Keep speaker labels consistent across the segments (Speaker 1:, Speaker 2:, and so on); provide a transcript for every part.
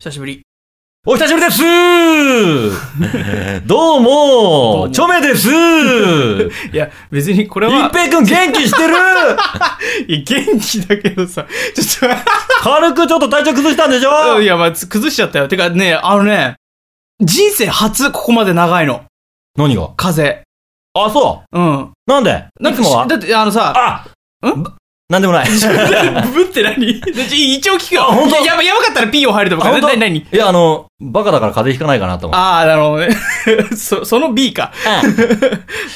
Speaker 1: 久しぶり。
Speaker 2: お久しぶりです どうも
Speaker 1: うも
Speaker 2: チョメです一
Speaker 1: い や、別にこれは、
Speaker 2: 平くん元気 してる
Speaker 1: いや元気だけどさ、ちょっ
Speaker 2: 軽くちょっと体調崩したんでしょ
Speaker 1: と、 うんいや、まあ、つ崩しちゃったよ。てかね、あのね、人生初ここまで長いの。
Speaker 2: 何が
Speaker 1: 風
Speaker 2: あ、そ
Speaker 1: 邪。
Speaker 2: うなんで
Speaker 1: うん。
Speaker 2: いつもは
Speaker 1: だって、あの さ、
Speaker 2: あ
Speaker 1: ん
Speaker 2: ばなんでもない。
Speaker 1: ブブって何 一応聞くよ。
Speaker 2: あ本当
Speaker 1: いややばやばかったら P を入ると思うから。
Speaker 2: 本当
Speaker 1: な何
Speaker 2: いや、あの、バカだから風邪ひかないかなと思って。
Speaker 1: ああ、なるほどね。 そ、その B か。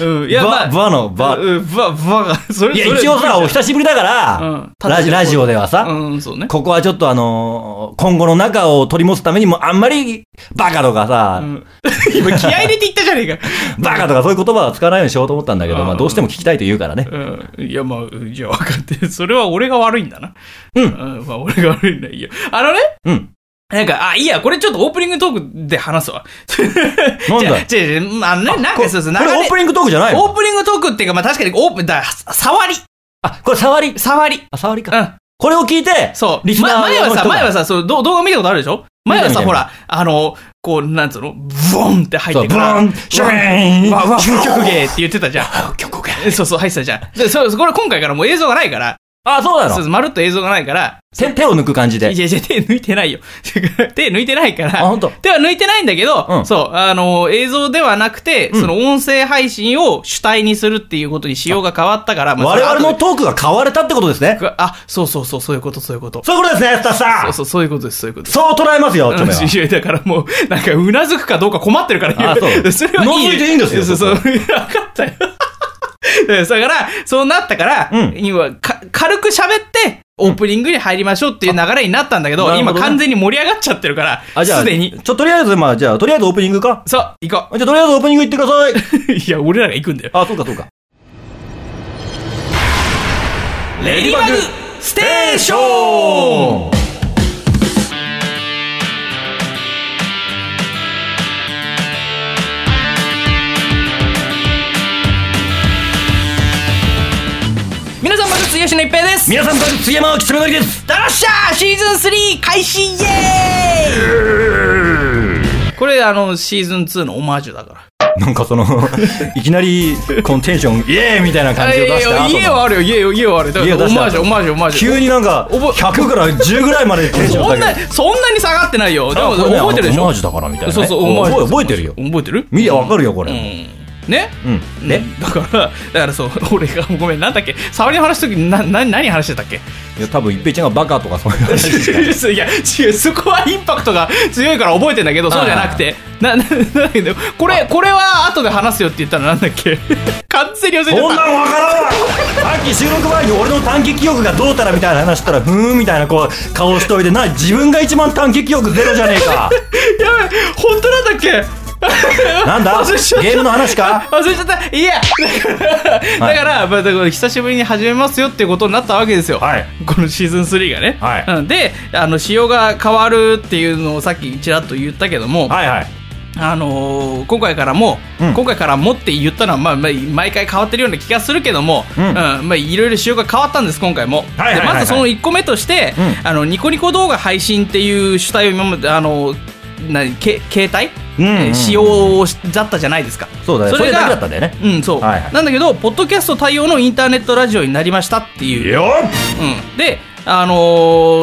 Speaker 1: うん。いや、ま
Speaker 2: バ、
Speaker 1: あ、
Speaker 2: バのバ。
Speaker 1: うん、ば、ばが、それ、
Speaker 2: いや、
Speaker 1: それ
Speaker 2: 一応さ、お久しぶりだか
Speaker 1: う
Speaker 2: ら、
Speaker 1: ん。
Speaker 2: ラジラジオではさ、
Speaker 1: うん、そうね。
Speaker 2: ここはちょっとあのー今後の仲を取り持つためにもあんまり、バカとかさ、
Speaker 1: うん。 今、気合入れて言ったじゃねえか。
Speaker 2: バカとかそういう言葉は使わないようにしようと思ったんだけど、まあどうしても聞きたいと言うからね。
Speaker 1: うんいや、まあ、うんじゃあ分かって。それは俺が悪いんだな。
Speaker 2: うん
Speaker 1: ん。まあ、俺が悪いんだ。いいよ。あのね、
Speaker 2: うん。
Speaker 1: なんか、あ、いいや、これちょっとオープニングトークで話すわ。
Speaker 2: なんだ
Speaker 1: じゃあじゃあじゃああのね、なんかそうそ
Speaker 2: こ
Speaker 1: う、なん
Speaker 2: れ
Speaker 1: か
Speaker 2: オ
Speaker 1: ね
Speaker 2: ープニングトークじゃない
Speaker 1: オ
Speaker 2: の
Speaker 1: ープニングトークっていうか、まあ確かにオープン、だ、さ触り。
Speaker 2: あ、これ触り。
Speaker 1: 触り。
Speaker 2: あ、触り
Speaker 1: う
Speaker 2: か。
Speaker 1: ん。
Speaker 2: これを聞いて、
Speaker 1: そう。
Speaker 2: リスナー
Speaker 1: ま前は
Speaker 2: の人
Speaker 1: さ、
Speaker 2: が
Speaker 1: 前はさ、そう、ど動画見たことあるでしょ前は
Speaker 2: 見た
Speaker 1: さ、
Speaker 2: 見た
Speaker 1: ほら、あの、こう、なんつうのブーンって入っ
Speaker 2: そう
Speaker 1: て
Speaker 2: ブ
Speaker 1: から。
Speaker 2: ーン、シューン、
Speaker 1: わ、わ、
Speaker 2: シューン
Speaker 1: 風曲芸って言ってたじゃん。
Speaker 2: あ曲芸。
Speaker 1: えそうそう、入ってたじゃん。で、そう、これ今回からもう映像がないから、
Speaker 2: あ、そうな
Speaker 1: そう
Speaker 2: の
Speaker 1: そうまるっと映像がないから、
Speaker 2: 手手を抜く感じで
Speaker 1: い。やいや、手抜いてないよ。 手抜いてないか
Speaker 2: あ、ほ
Speaker 1: ら。
Speaker 2: んと。
Speaker 1: 手は抜いてないんだけど、
Speaker 2: うん
Speaker 1: そう、あの、映像ではなくて、
Speaker 2: ん
Speaker 1: その音声配信を主体にするっていうことに仕様が変わったから、まあ
Speaker 2: 我々の
Speaker 1: そ
Speaker 2: トークが変われたってことですね。
Speaker 1: れ後であ、そうそうそう、そういうこと、そういうこと。
Speaker 2: そういうことですね、スタッフさ。
Speaker 1: そうんそう、そういうことです、そういうことです。
Speaker 2: そう捉えますよ、ちょめは。
Speaker 1: いや、だからもう、なんか、うなずくかどうか困ってるから、
Speaker 2: あそう
Speaker 1: それはいい。
Speaker 2: 覗いていいんですよ
Speaker 1: そう そう、分かったよ。だから、そうなったから、
Speaker 2: うん
Speaker 1: 今か、軽く喋って、オープニングに入りましょうっていう流れになったんだけど、
Speaker 2: あなるほ
Speaker 1: 今
Speaker 2: どね
Speaker 1: 完全に盛り上がっちゃってるから、
Speaker 2: あ、じゃあ、
Speaker 1: すでに。
Speaker 2: ちょ、とりあえず、まあ、じゃあ、とりあえずオープニングか。
Speaker 1: そう、行こ
Speaker 2: あじゃあ、とりあえずオープニング行ってください。
Speaker 1: う。 いや、俺らが行くんだよ。
Speaker 2: あ、そうか、そうか。
Speaker 1: レディバグステーション皆さん、まず、つしの一平です。
Speaker 2: 皆さん、こんにちは杉山吉典です。
Speaker 1: ダラッシャーシーズン3開始イエーイこれ、あの、シーズン2のオマージュだから。
Speaker 2: なんかそ の、いきなり、このテンション、イエーイみたいな感じを出した後の
Speaker 1: 家はあるよ、家は、家はあるよ。だから
Speaker 2: 家を
Speaker 1: オ
Speaker 2: 出した
Speaker 1: マージュ、オマージュ、オマージュ。
Speaker 2: 急になんか、
Speaker 1: おぼ
Speaker 2: 100から10ぐらいまでテンション
Speaker 1: そ
Speaker 2: 下
Speaker 1: ん
Speaker 2: げ
Speaker 1: な
Speaker 2: る。、
Speaker 1: そんなに下がってないよ。でも、
Speaker 2: あこれね
Speaker 1: 覚えてるでし
Speaker 2: あのオマ
Speaker 1: ょ
Speaker 2: ージュだからみたいなね。
Speaker 1: そうそう、オマージュ
Speaker 2: 覚え覚えてるよ。
Speaker 1: 覚えてる
Speaker 2: 見りゃわかるよ、こ
Speaker 1: う
Speaker 2: れ。
Speaker 1: ん。ね
Speaker 2: うん。
Speaker 1: ね
Speaker 2: で、
Speaker 1: だから、だからそう、 俺が、ごめん、なんだっけ、触りの話すとき、な、な、何話してたっけ
Speaker 2: いや、多分、一平ちゃんがバカとかそういう話ですよ。
Speaker 1: いや、違う、そこはインパクトが強いから覚えてんだけど、そうじゃなくて、な、な、なんだけど、これ、これは後で話すよって言ったらなんだっけ完全に忘れち
Speaker 2: こ
Speaker 1: ゃ
Speaker 2: ん
Speaker 1: っ
Speaker 2: な
Speaker 1: た。
Speaker 2: んわからんわさっき収録前に俺の短期記憶がどうたらみたいな話したら、ふーんみたいなこう顔しといて、な、自分が一番短期記憶ゼロじゃねえ か。
Speaker 1: やべ、本当なんだっけ
Speaker 2: なんだ
Speaker 1: 忘れちゃった
Speaker 2: ゲームの話か
Speaker 1: 忘れちゃったいやだから、だからまあ、だから久しぶりに始めますよってことになったわけですよ、
Speaker 2: はい
Speaker 1: このシーズン3がね、
Speaker 2: はい
Speaker 1: うん、であの仕様が変わるっていうのをさっきちらっと言ったけども、
Speaker 2: はいはい。
Speaker 1: あのー今回からも、
Speaker 2: うん
Speaker 1: 今回からもって言ったのは、まあまあ、毎回変わってるような気がするけども、
Speaker 2: うん
Speaker 1: まあ、いろいろ仕様が変わったんです今回も、
Speaker 2: はいはいはいはい
Speaker 1: でまずその1個目として、
Speaker 2: う
Speaker 1: あのニコニコ動画配信っていう主体を今まであの何け携帯、
Speaker 2: うんうんうん
Speaker 1: えー仕様をしだったじゃないですか
Speaker 2: そうだね。そ
Speaker 1: れ
Speaker 2: れだけだ
Speaker 1: が
Speaker 2: ったんだよね。
Speaker 1: うん、そう、
Speaker 2: はいはい
Speaker 1: なんだけど、ポッドキャスト対応のインターネットラジオになりましたっていう。
Speaker 2: よっ
Speaker 1: うん、で、あの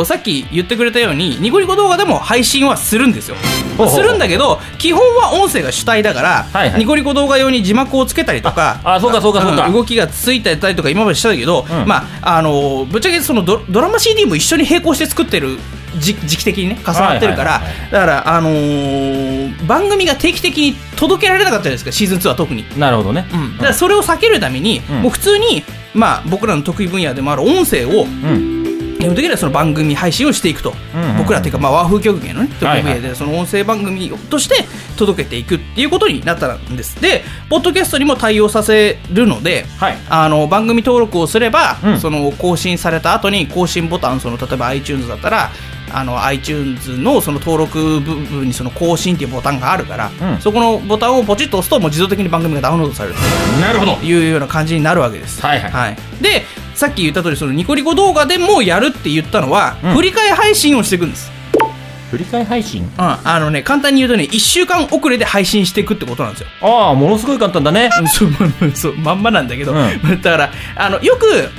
Speaker 1: ーさっき言ってくれたように、ニコニコ動画でも配信はするんですよ。
Speaker 2: ほうほう
Speaker 1: するんだけど、基本は音声が主体だから、
Speaker 2: はいはい
Speaker 1: ニコニコ動画用に字幕をつけたりとか、
Speaker 2: あ、そうかそうかそうか。
Speaker 1: うん動きがついてたりとか今までしたけど、
Speaker 2: うん
Speaker 1: まああのーぶっちゃけそのドドラマ CD も一緒に並行して作ってる時時期的にね重なってるから、
Speaker 2: はいはいはい
Speaker 1: だから、あのー番組が定期的に届けられなかったじゃないですかシーズン2は特に。
Speaker 2: なるほどね。
Speaker 1: うん、だからそれを避けるために、
Speaker 2: うん
Speaker 1: もう普通に、まあ、僕らの得意分野でもある音声を
Speaker 2: うん。
Speaker 1: 基本的にはその番組配信をしていくと、
Speaker 2: うんうんうん
Speaker 1: 僕らっていうか、まあ、和風曲芸のね得
Speaker 2: は
Speaker 1: 意
Speaker 2: いはい
Speaker 1: 分野でその音声番組として届けていくっていうことになったんですでポッドキャストにも対応させるので
Speaker 2: はい。
Speaker 1: あの番組登録をすれば、
Speaker 2: うん
Speaker 1: その更新された後に更新ボタンその例えば iTunes だったらあの iTunes のその登録部分にその更新っていうボタンがあるから、
Speaker 2: うん
Speaker 1: そこのボタンをポチッと押すともう自動的に番組がダウンロードされる
Speaker 2: なるほど。
Speaker 1: いうような感じになるわけです。
Speaker 2: はいはい
Speaker 1: で、さっき言った通り、そのニコニコ動画でもやるって言ったのは、
Speaker 2: うん
Speaker 1: 振り替え配信をしていくんです。
Speaker 2: 振り替え配信
Speaker 1: うん、あのね簡単に言うとね1週間遅れで配信していくってことなんですよ
Speaker 2: ああものすごい簡単だね
Speaker 1: うん そうまあまあそうまんまなんだけど、
Speaker 2: うん
Speaker 1: だからあのよくん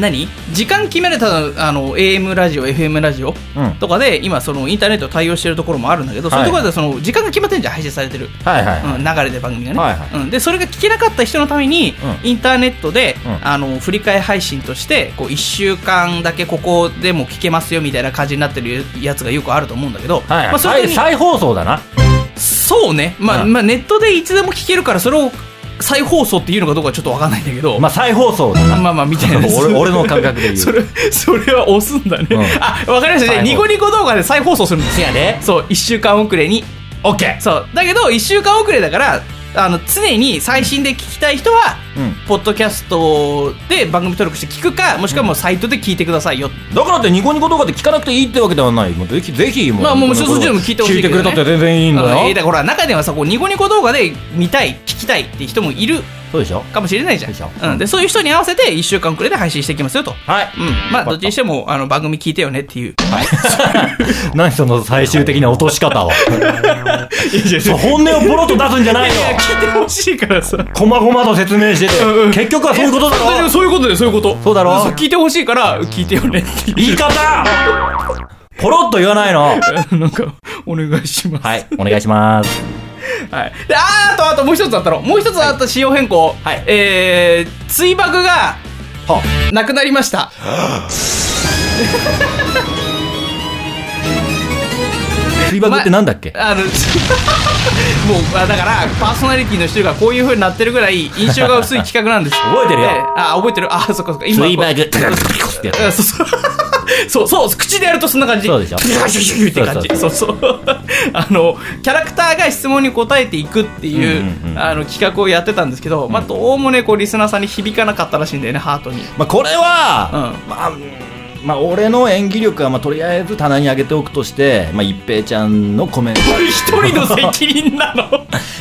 Speaker 1: 何時間決められたあの AM ラジオ FM ラジオ
Speaker 2: うんはい
Speaker 1: とかで今そのインターネット対応してるところもあるんだけど、そういうところではその時間が決まってんじゃん配信されてる、
Speaker 2: はいはい、
Speaker 1: うん、流れで番組がね、
Speaker 2: はいは
Speaker 1: うん、でそれが聞けなかった人のために、
Speaker 2: うん
Speaker 1: インターネットで、
Speaker 2: うん
Speaker 1: あの振り替え配信としてこう1週間だけここでも聞けますよみたいな感じになってるやつがよくあると思うんだけど、
Speaker 2: はいはい
Speaker 1: まあ、それ
Speaker 2: 再
Speaker 1: に
Speaker 2: 再放送だな
Speaker 1: そうね、まあ
Speaker 2: うん
Speaker 1: まあ、ネットでいつでも聞けるからそれを再放送っていうのかどうかちょっとわかんないんだけど、
Speaker 2: まあ再放送だな
Speaker 1: まあまあみたいな
Speaker 2: 俺俺の感覚で言う
Speaker 1: それそれは押すんだね、
Speaker 2: うん
Speaker 1: あわかりましたじ
Speaker 2: 再放送
Speaker 1: ゃあニコニコ動画で再放送するんです
Speaker 2: せやで
Speaker 1: そう1週間遅れに
Speaker 2: OK
Speaker 1: そうだけど1週間遅れだからあの常に最新で聞きたい人は
Speaker 2: うん
Speaker 1: ポッドキャストで番組登録して聞くかもしくはもうサイトで聞いてくださいよ、
Speaker 2: だからってニコニコ動画で聞かなくていいってわけではないもうぜひぜひもう
Speaker 1: まあもう
Speaker 2: ニコニコ動画
Speaker 1: そっちでも聞いてほしいけ
Speaker 2: 聞いて
Speaker 1: どね
Speaker 2: くれたって全然いいんだ
Speaker 1: あのえー
Speaker 2: よ
Speaker 1: だから中ではさこうニコニコ動画で見たい聞きたいって人もいる
Speaker 2: そうでしょ
Speaker 1: かもしれないじゃん
Speaker 2: でしょ
Speaker 1: うん、でそういう人に合わせて1週間くらいで配信していきますよと、
Speaker 2: はい
Speaker 1: うん、まあどっちにしてもあの番組聞いてよねっていう
Speaker 2: 何その最終的な落とし方を
Speaker 1: いやいやいや
Speaker 2: 本音をボロッと出すんじゃないよ
Speaker 1: 聞いてほしいからさ
Speaker 2: こまごまと説明して
Speaker 1: うんうん
Speaker 2: て結局はそういうことだ
Speaker 1: でも
Speaker 2: ろ
Speaker 1: そういうことだよそういうこと
Speaker 2: そうだろ
Speaker 1: 聞いてほしいから聞いてよねっていう
Speaker 2: 言い方ポロッと言わないの
Speaker 1: なんかお願いします
Speaker 2: はいお願いします
Speaker 1: はい、であーあとあともう一つあったのもう一つあった仕様変更、
Speaker 2: はい
Speaker 1: えー、追爆が
Speaker 2: は
Speaker 1: なくなりました
Speaker 2: フリバグってなんだっけ
Speaker 1: あの もうあだからパーソナリティの人がこういうふうになってるぐらい印象が薄い企画なんです
Speaker 2: 覚えてるよ
Speaker 1: であ覚えてるあそっかそっか今
Speaker 2: バグってやつ
Speaker 1: あそうそうそう そう口でやるとそんな感じ
Speaker 2: そうでしょ
Speaker 1: ピュッシュッシュッシュッって感じそうそう あのキャラクターが質問に答えていくっていう,、
Speaker 2: うんうんうん
Speaker 1: あの企画をやってたんですけど、まあどうもねこうリスナーさんに響かなかったらしいんだよねハートに
Speaker 2: まあこれは、
Speaker 1: う
Speaker 2: まあうんまあ俺の演技力はまあとりあえず棚に上げておくとして、まあ、一平ちゃんのコメント
Speaker 1: 一人の責任 なの
Speaker 2: い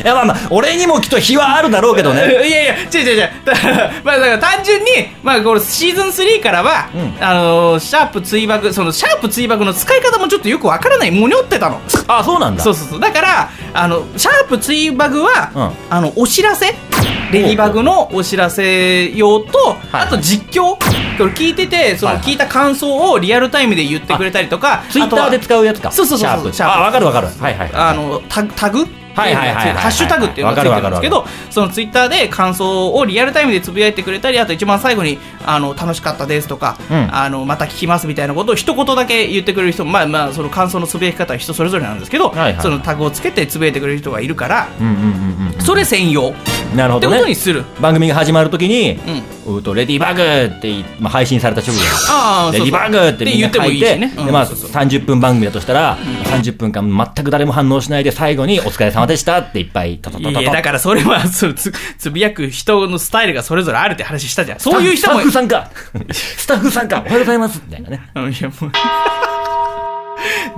Speaker 2: やまあまあ俺にもきっと非はあるだろうけど
Speaker 1: い
Speaker 2: ね
Speaker 1: や いや違う違う違うだから,、まあ、だから単純に、まあ、これシーズン3からは、
Speaker 2: うん
Speaker 1: あのーシャープ追爆そのシャープ追爆の使い方もちょっとよくわからないもにょってたの
Speaker 2: あそうなんだ
Speaker 1: そうそうそうだからあのシャープ追バグは、あのお知らせレディバグのお知らせ用と、
Speaker 2: はい
Speaker 1: あと実況これ聞いててその
Speaker 2: はいはい
Speaker 1: 聞いた感想をリアルタイムで言ってくれたりとか、
Speaker 2: ツイッター
Speaker 1: あと
Speaker 2: で
Speaker 1: は
Speaker 2: 使うやつか
Speaker 1: そうそうそうそう
Speaker 2: シャープ
Speaker 1: シャープ
Speaker 2: あ分かる分かるはいはい
Speaker 1: あのタグタグ
Speaker 2: はいはいはいはい
Speaker 1: ハッシュタグっていうのがついてるんですけ
Speaker 2: わ
Speaker 1: どそのツイッターで感想をリアルタイムでつぶやいてくれたりあと一番最後にあの楽しかったですとか、
Speaker 2: うん
Speaker 1: あのまた聞きますみたいなことを一言だけ言ってくれる人もまあまあその感想のつぶやき方は人それぞれなんですけど、
Speaker 2: はいはい
Speaker 1: そのタグをつけてつぶやいてくれる人がいるから
Speaker 2: うんうんうんうん
Speaker 1: それ専用っ
Speaker 2: なるほ
Speaker 1: て
Speaker 2: ど
Speaker 1: ことに
Speaker 2: ね
Speaker 1: する、
Speaker 2: 番組が始まるときに
Speaker 1: うん
Speaker 2: 「うーとレディバグ」って言い、まあ、配信された直後
Speaker 1: ああ
Speaker 2: レディバグってみん
Speaker 1: 言
Speaker 2: な
Speaker 1: っても
Speaker 2: 書
Speaker 1: い
Speaker 2: い
Speaker 1: いしてね、うん
Speaker 2: でまあ
Speaker 1: そうそう
Speaker 2: 30分番組だとしたら30分間全く誰も反応しないで最後に「お疲れ様でした」っていっぱいタタ
Speaker 1: い
Speaker 2: タタ
Speaker 1: やだ
Speaker 2: タ
Speaker 1: からそれはそのつつぶやく人のスタイルがそれぞれあるって話したじゃんそういう人も
Speaker 2: スタッフさん かスタッフさんかおはようございますみたいなね
Speaker 1: うんいやもう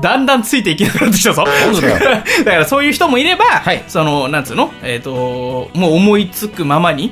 Speaker 1: だんだんついていけなくなってきたぞ。
Speaker 2: 当だ
Speaker 1: だからそういう人もいれば、
Speaker 2: い
Speaker 1: その、なんつうのえっ、と、もう思いつくままに、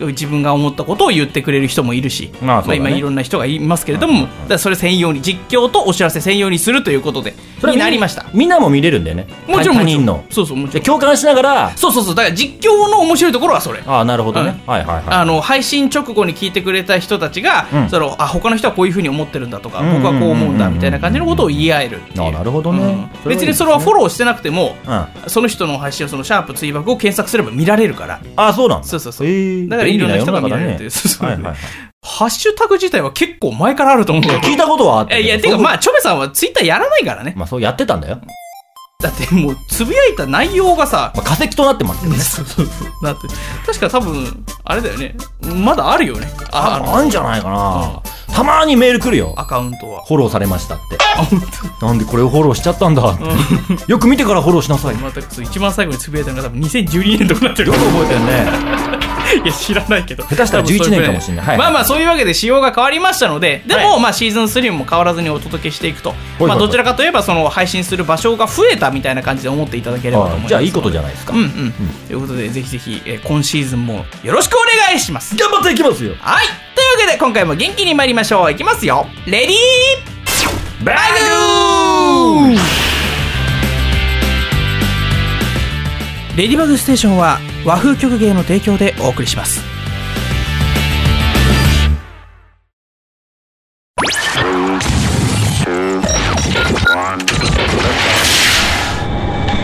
Speaker 2: うん
Speaker 1: 自分が思ったことを言ってくれる人もいるし、
Speaker 2: まあそうだね
Speaker 1: 今いろんな人がいますけれども、だからそれ専用に、実況とお知らせ専用にするということで、になりました。
Speaker 2: みんなも見れるんだよね
Speaker 1: もちろん、
Speaker 2: 他
Speaker 1: もちろ
Speaker 2: 人
Speaker 1: ん
Speaker 2: の
Speaker 1: そうそう、もち
Speaker 2: で
Speaker 1: ろん。
Speaker 2: 共感しながら
Speaker 1: そうそうそう、だから実況の面白いところはそれ。
Speaker 2: ああなるほどねはいはいはい
Speaker 1: あの配信直後に聞いてくれた人たちが、
Speaker 2: うん
Speaker 1: そのあ他の人はこういうふうに思ってるんだとか、
Speaker 2: うんうんうんうん
Speaker 1: 僕はこう思うんだみたいな感じのことを言い合えるっていう
Speaker 2: あなるほどねそれはいいですね
Speaker 1: 別にそれはフォローしてなくても、
Speaker 2: うん
Speaker 1: その人の配信をそのシャープ追爆を検索すれば見られるから
Speaker 2: あ、そうなんだ。
Speaker 1: そうそうそう
Speaker 2: へー
Speaker 1: だからいろんな人が
Speaker 2: 便利世の中だね
Speaker 1: 見れるっていうそうそう
Speaker 2: はいはいはい
Speaker 1: ハッシュタグ自体は結構前からあると思うよ
Speaker 2: 聞いたことはあっ
Speaker 1: え
Speaker 2: て。
Speaker 1: いやてかまあチョメさんはツイッターやらないからね
Speaker 2: まあ、そうやってたんだよ。
Speaker 1: だってもうつぶやいた内容がさ
Speaker 2: まあ、化石となってますけどね。
Speaker 1: そうそうそうだって確か多分あれだよねまだあるよねああ
Speaker 2: あ
Speaker 1: の
Speaker 2: あんじゃないかな。たまにメール来るよ。
Speaker 1: アカウントは
Speaker 2: フォローされましたって。
Speaker 1: あ本
Speaker 2: なんでこれをフォローしちゃったんだ。よく見てからフォローしな さい。よ
Speaker 1: また一番最後につぶやいたのが多分2012年とかなってる
Speaker 2: く覚えてるね。
Speaker 1: いや知らないけど下
Speaker 2: 手したら11年かもしれないはい
Speaker 1: まあまあそういうわけで仕様が変わりましたのででも、
Speaker 2: は
Speaker 1: まあシーズン3も変わらずにお届けしていくと、
Speaker 2: いはい
Speaker 1: まあ、どちらかといえばその配信する場所が増えたみたいな感じで思っていただければと思
Speaker 2: あ
Speaker 1: います
Speaker 2: じゃあ、いいことじゃないですか。
Speaker 1: うんうん、
Speaker 2: 頑
Speaker 1: ということでぜひぜひ、えー今シーズンもよろしくお願いします
Speaker 2: 張っていきますよ。
Speaker 1: はいというわけで今回も元気に参りましょういきますよレディーバグーレディバグステーションは和風曲芸の提供でお送りします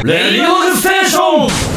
Speaker 2: レディオステーション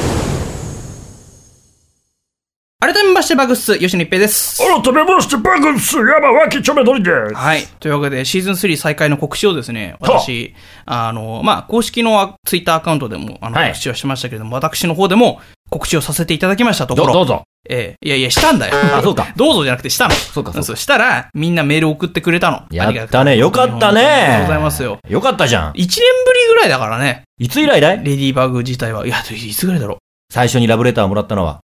Speaker 1: 改めましてバグス吉野一平です
Speaker 2: 改めましてバグス山脇ちょめどりで
Speaker 1: はい。というわけで、シーズン3再開の告知をですね、私、あの、まあ、公式のツイッターアカウントでも、あの、
Speaker 2: はい
Speaker 1: 告知はしましたけれども、私の方でも告知をさせていただきましたとこ
Speaker 2: ど
Speaker 1: ろ、
Speaker 2: どうぞ
Speaker 1: ええいやいや、したんだよ。
Speaker 2: あそうか
Speaker 1: どうぞじゃなくて、したの。
Speaker 2: そうかそうか
Speaker 1: したら、みんなメール送ってくれたの。
Speaker 2: や
Speaker 1: ありが
Speaker 2: っ
Speaker 1: とう
Speaker 2: たねよかったね
Speaker 1: ありがとうございますよ。
Speaker 2: よかったじゃん
Speaker 1: 1年ぶりぐらいだからね、
Speaker 2: いつ以来だい
Speaker 1: レディーバグ自体は。いや、いつぐらいだろう。
Speaker 2: 最初にラブレターもらったのは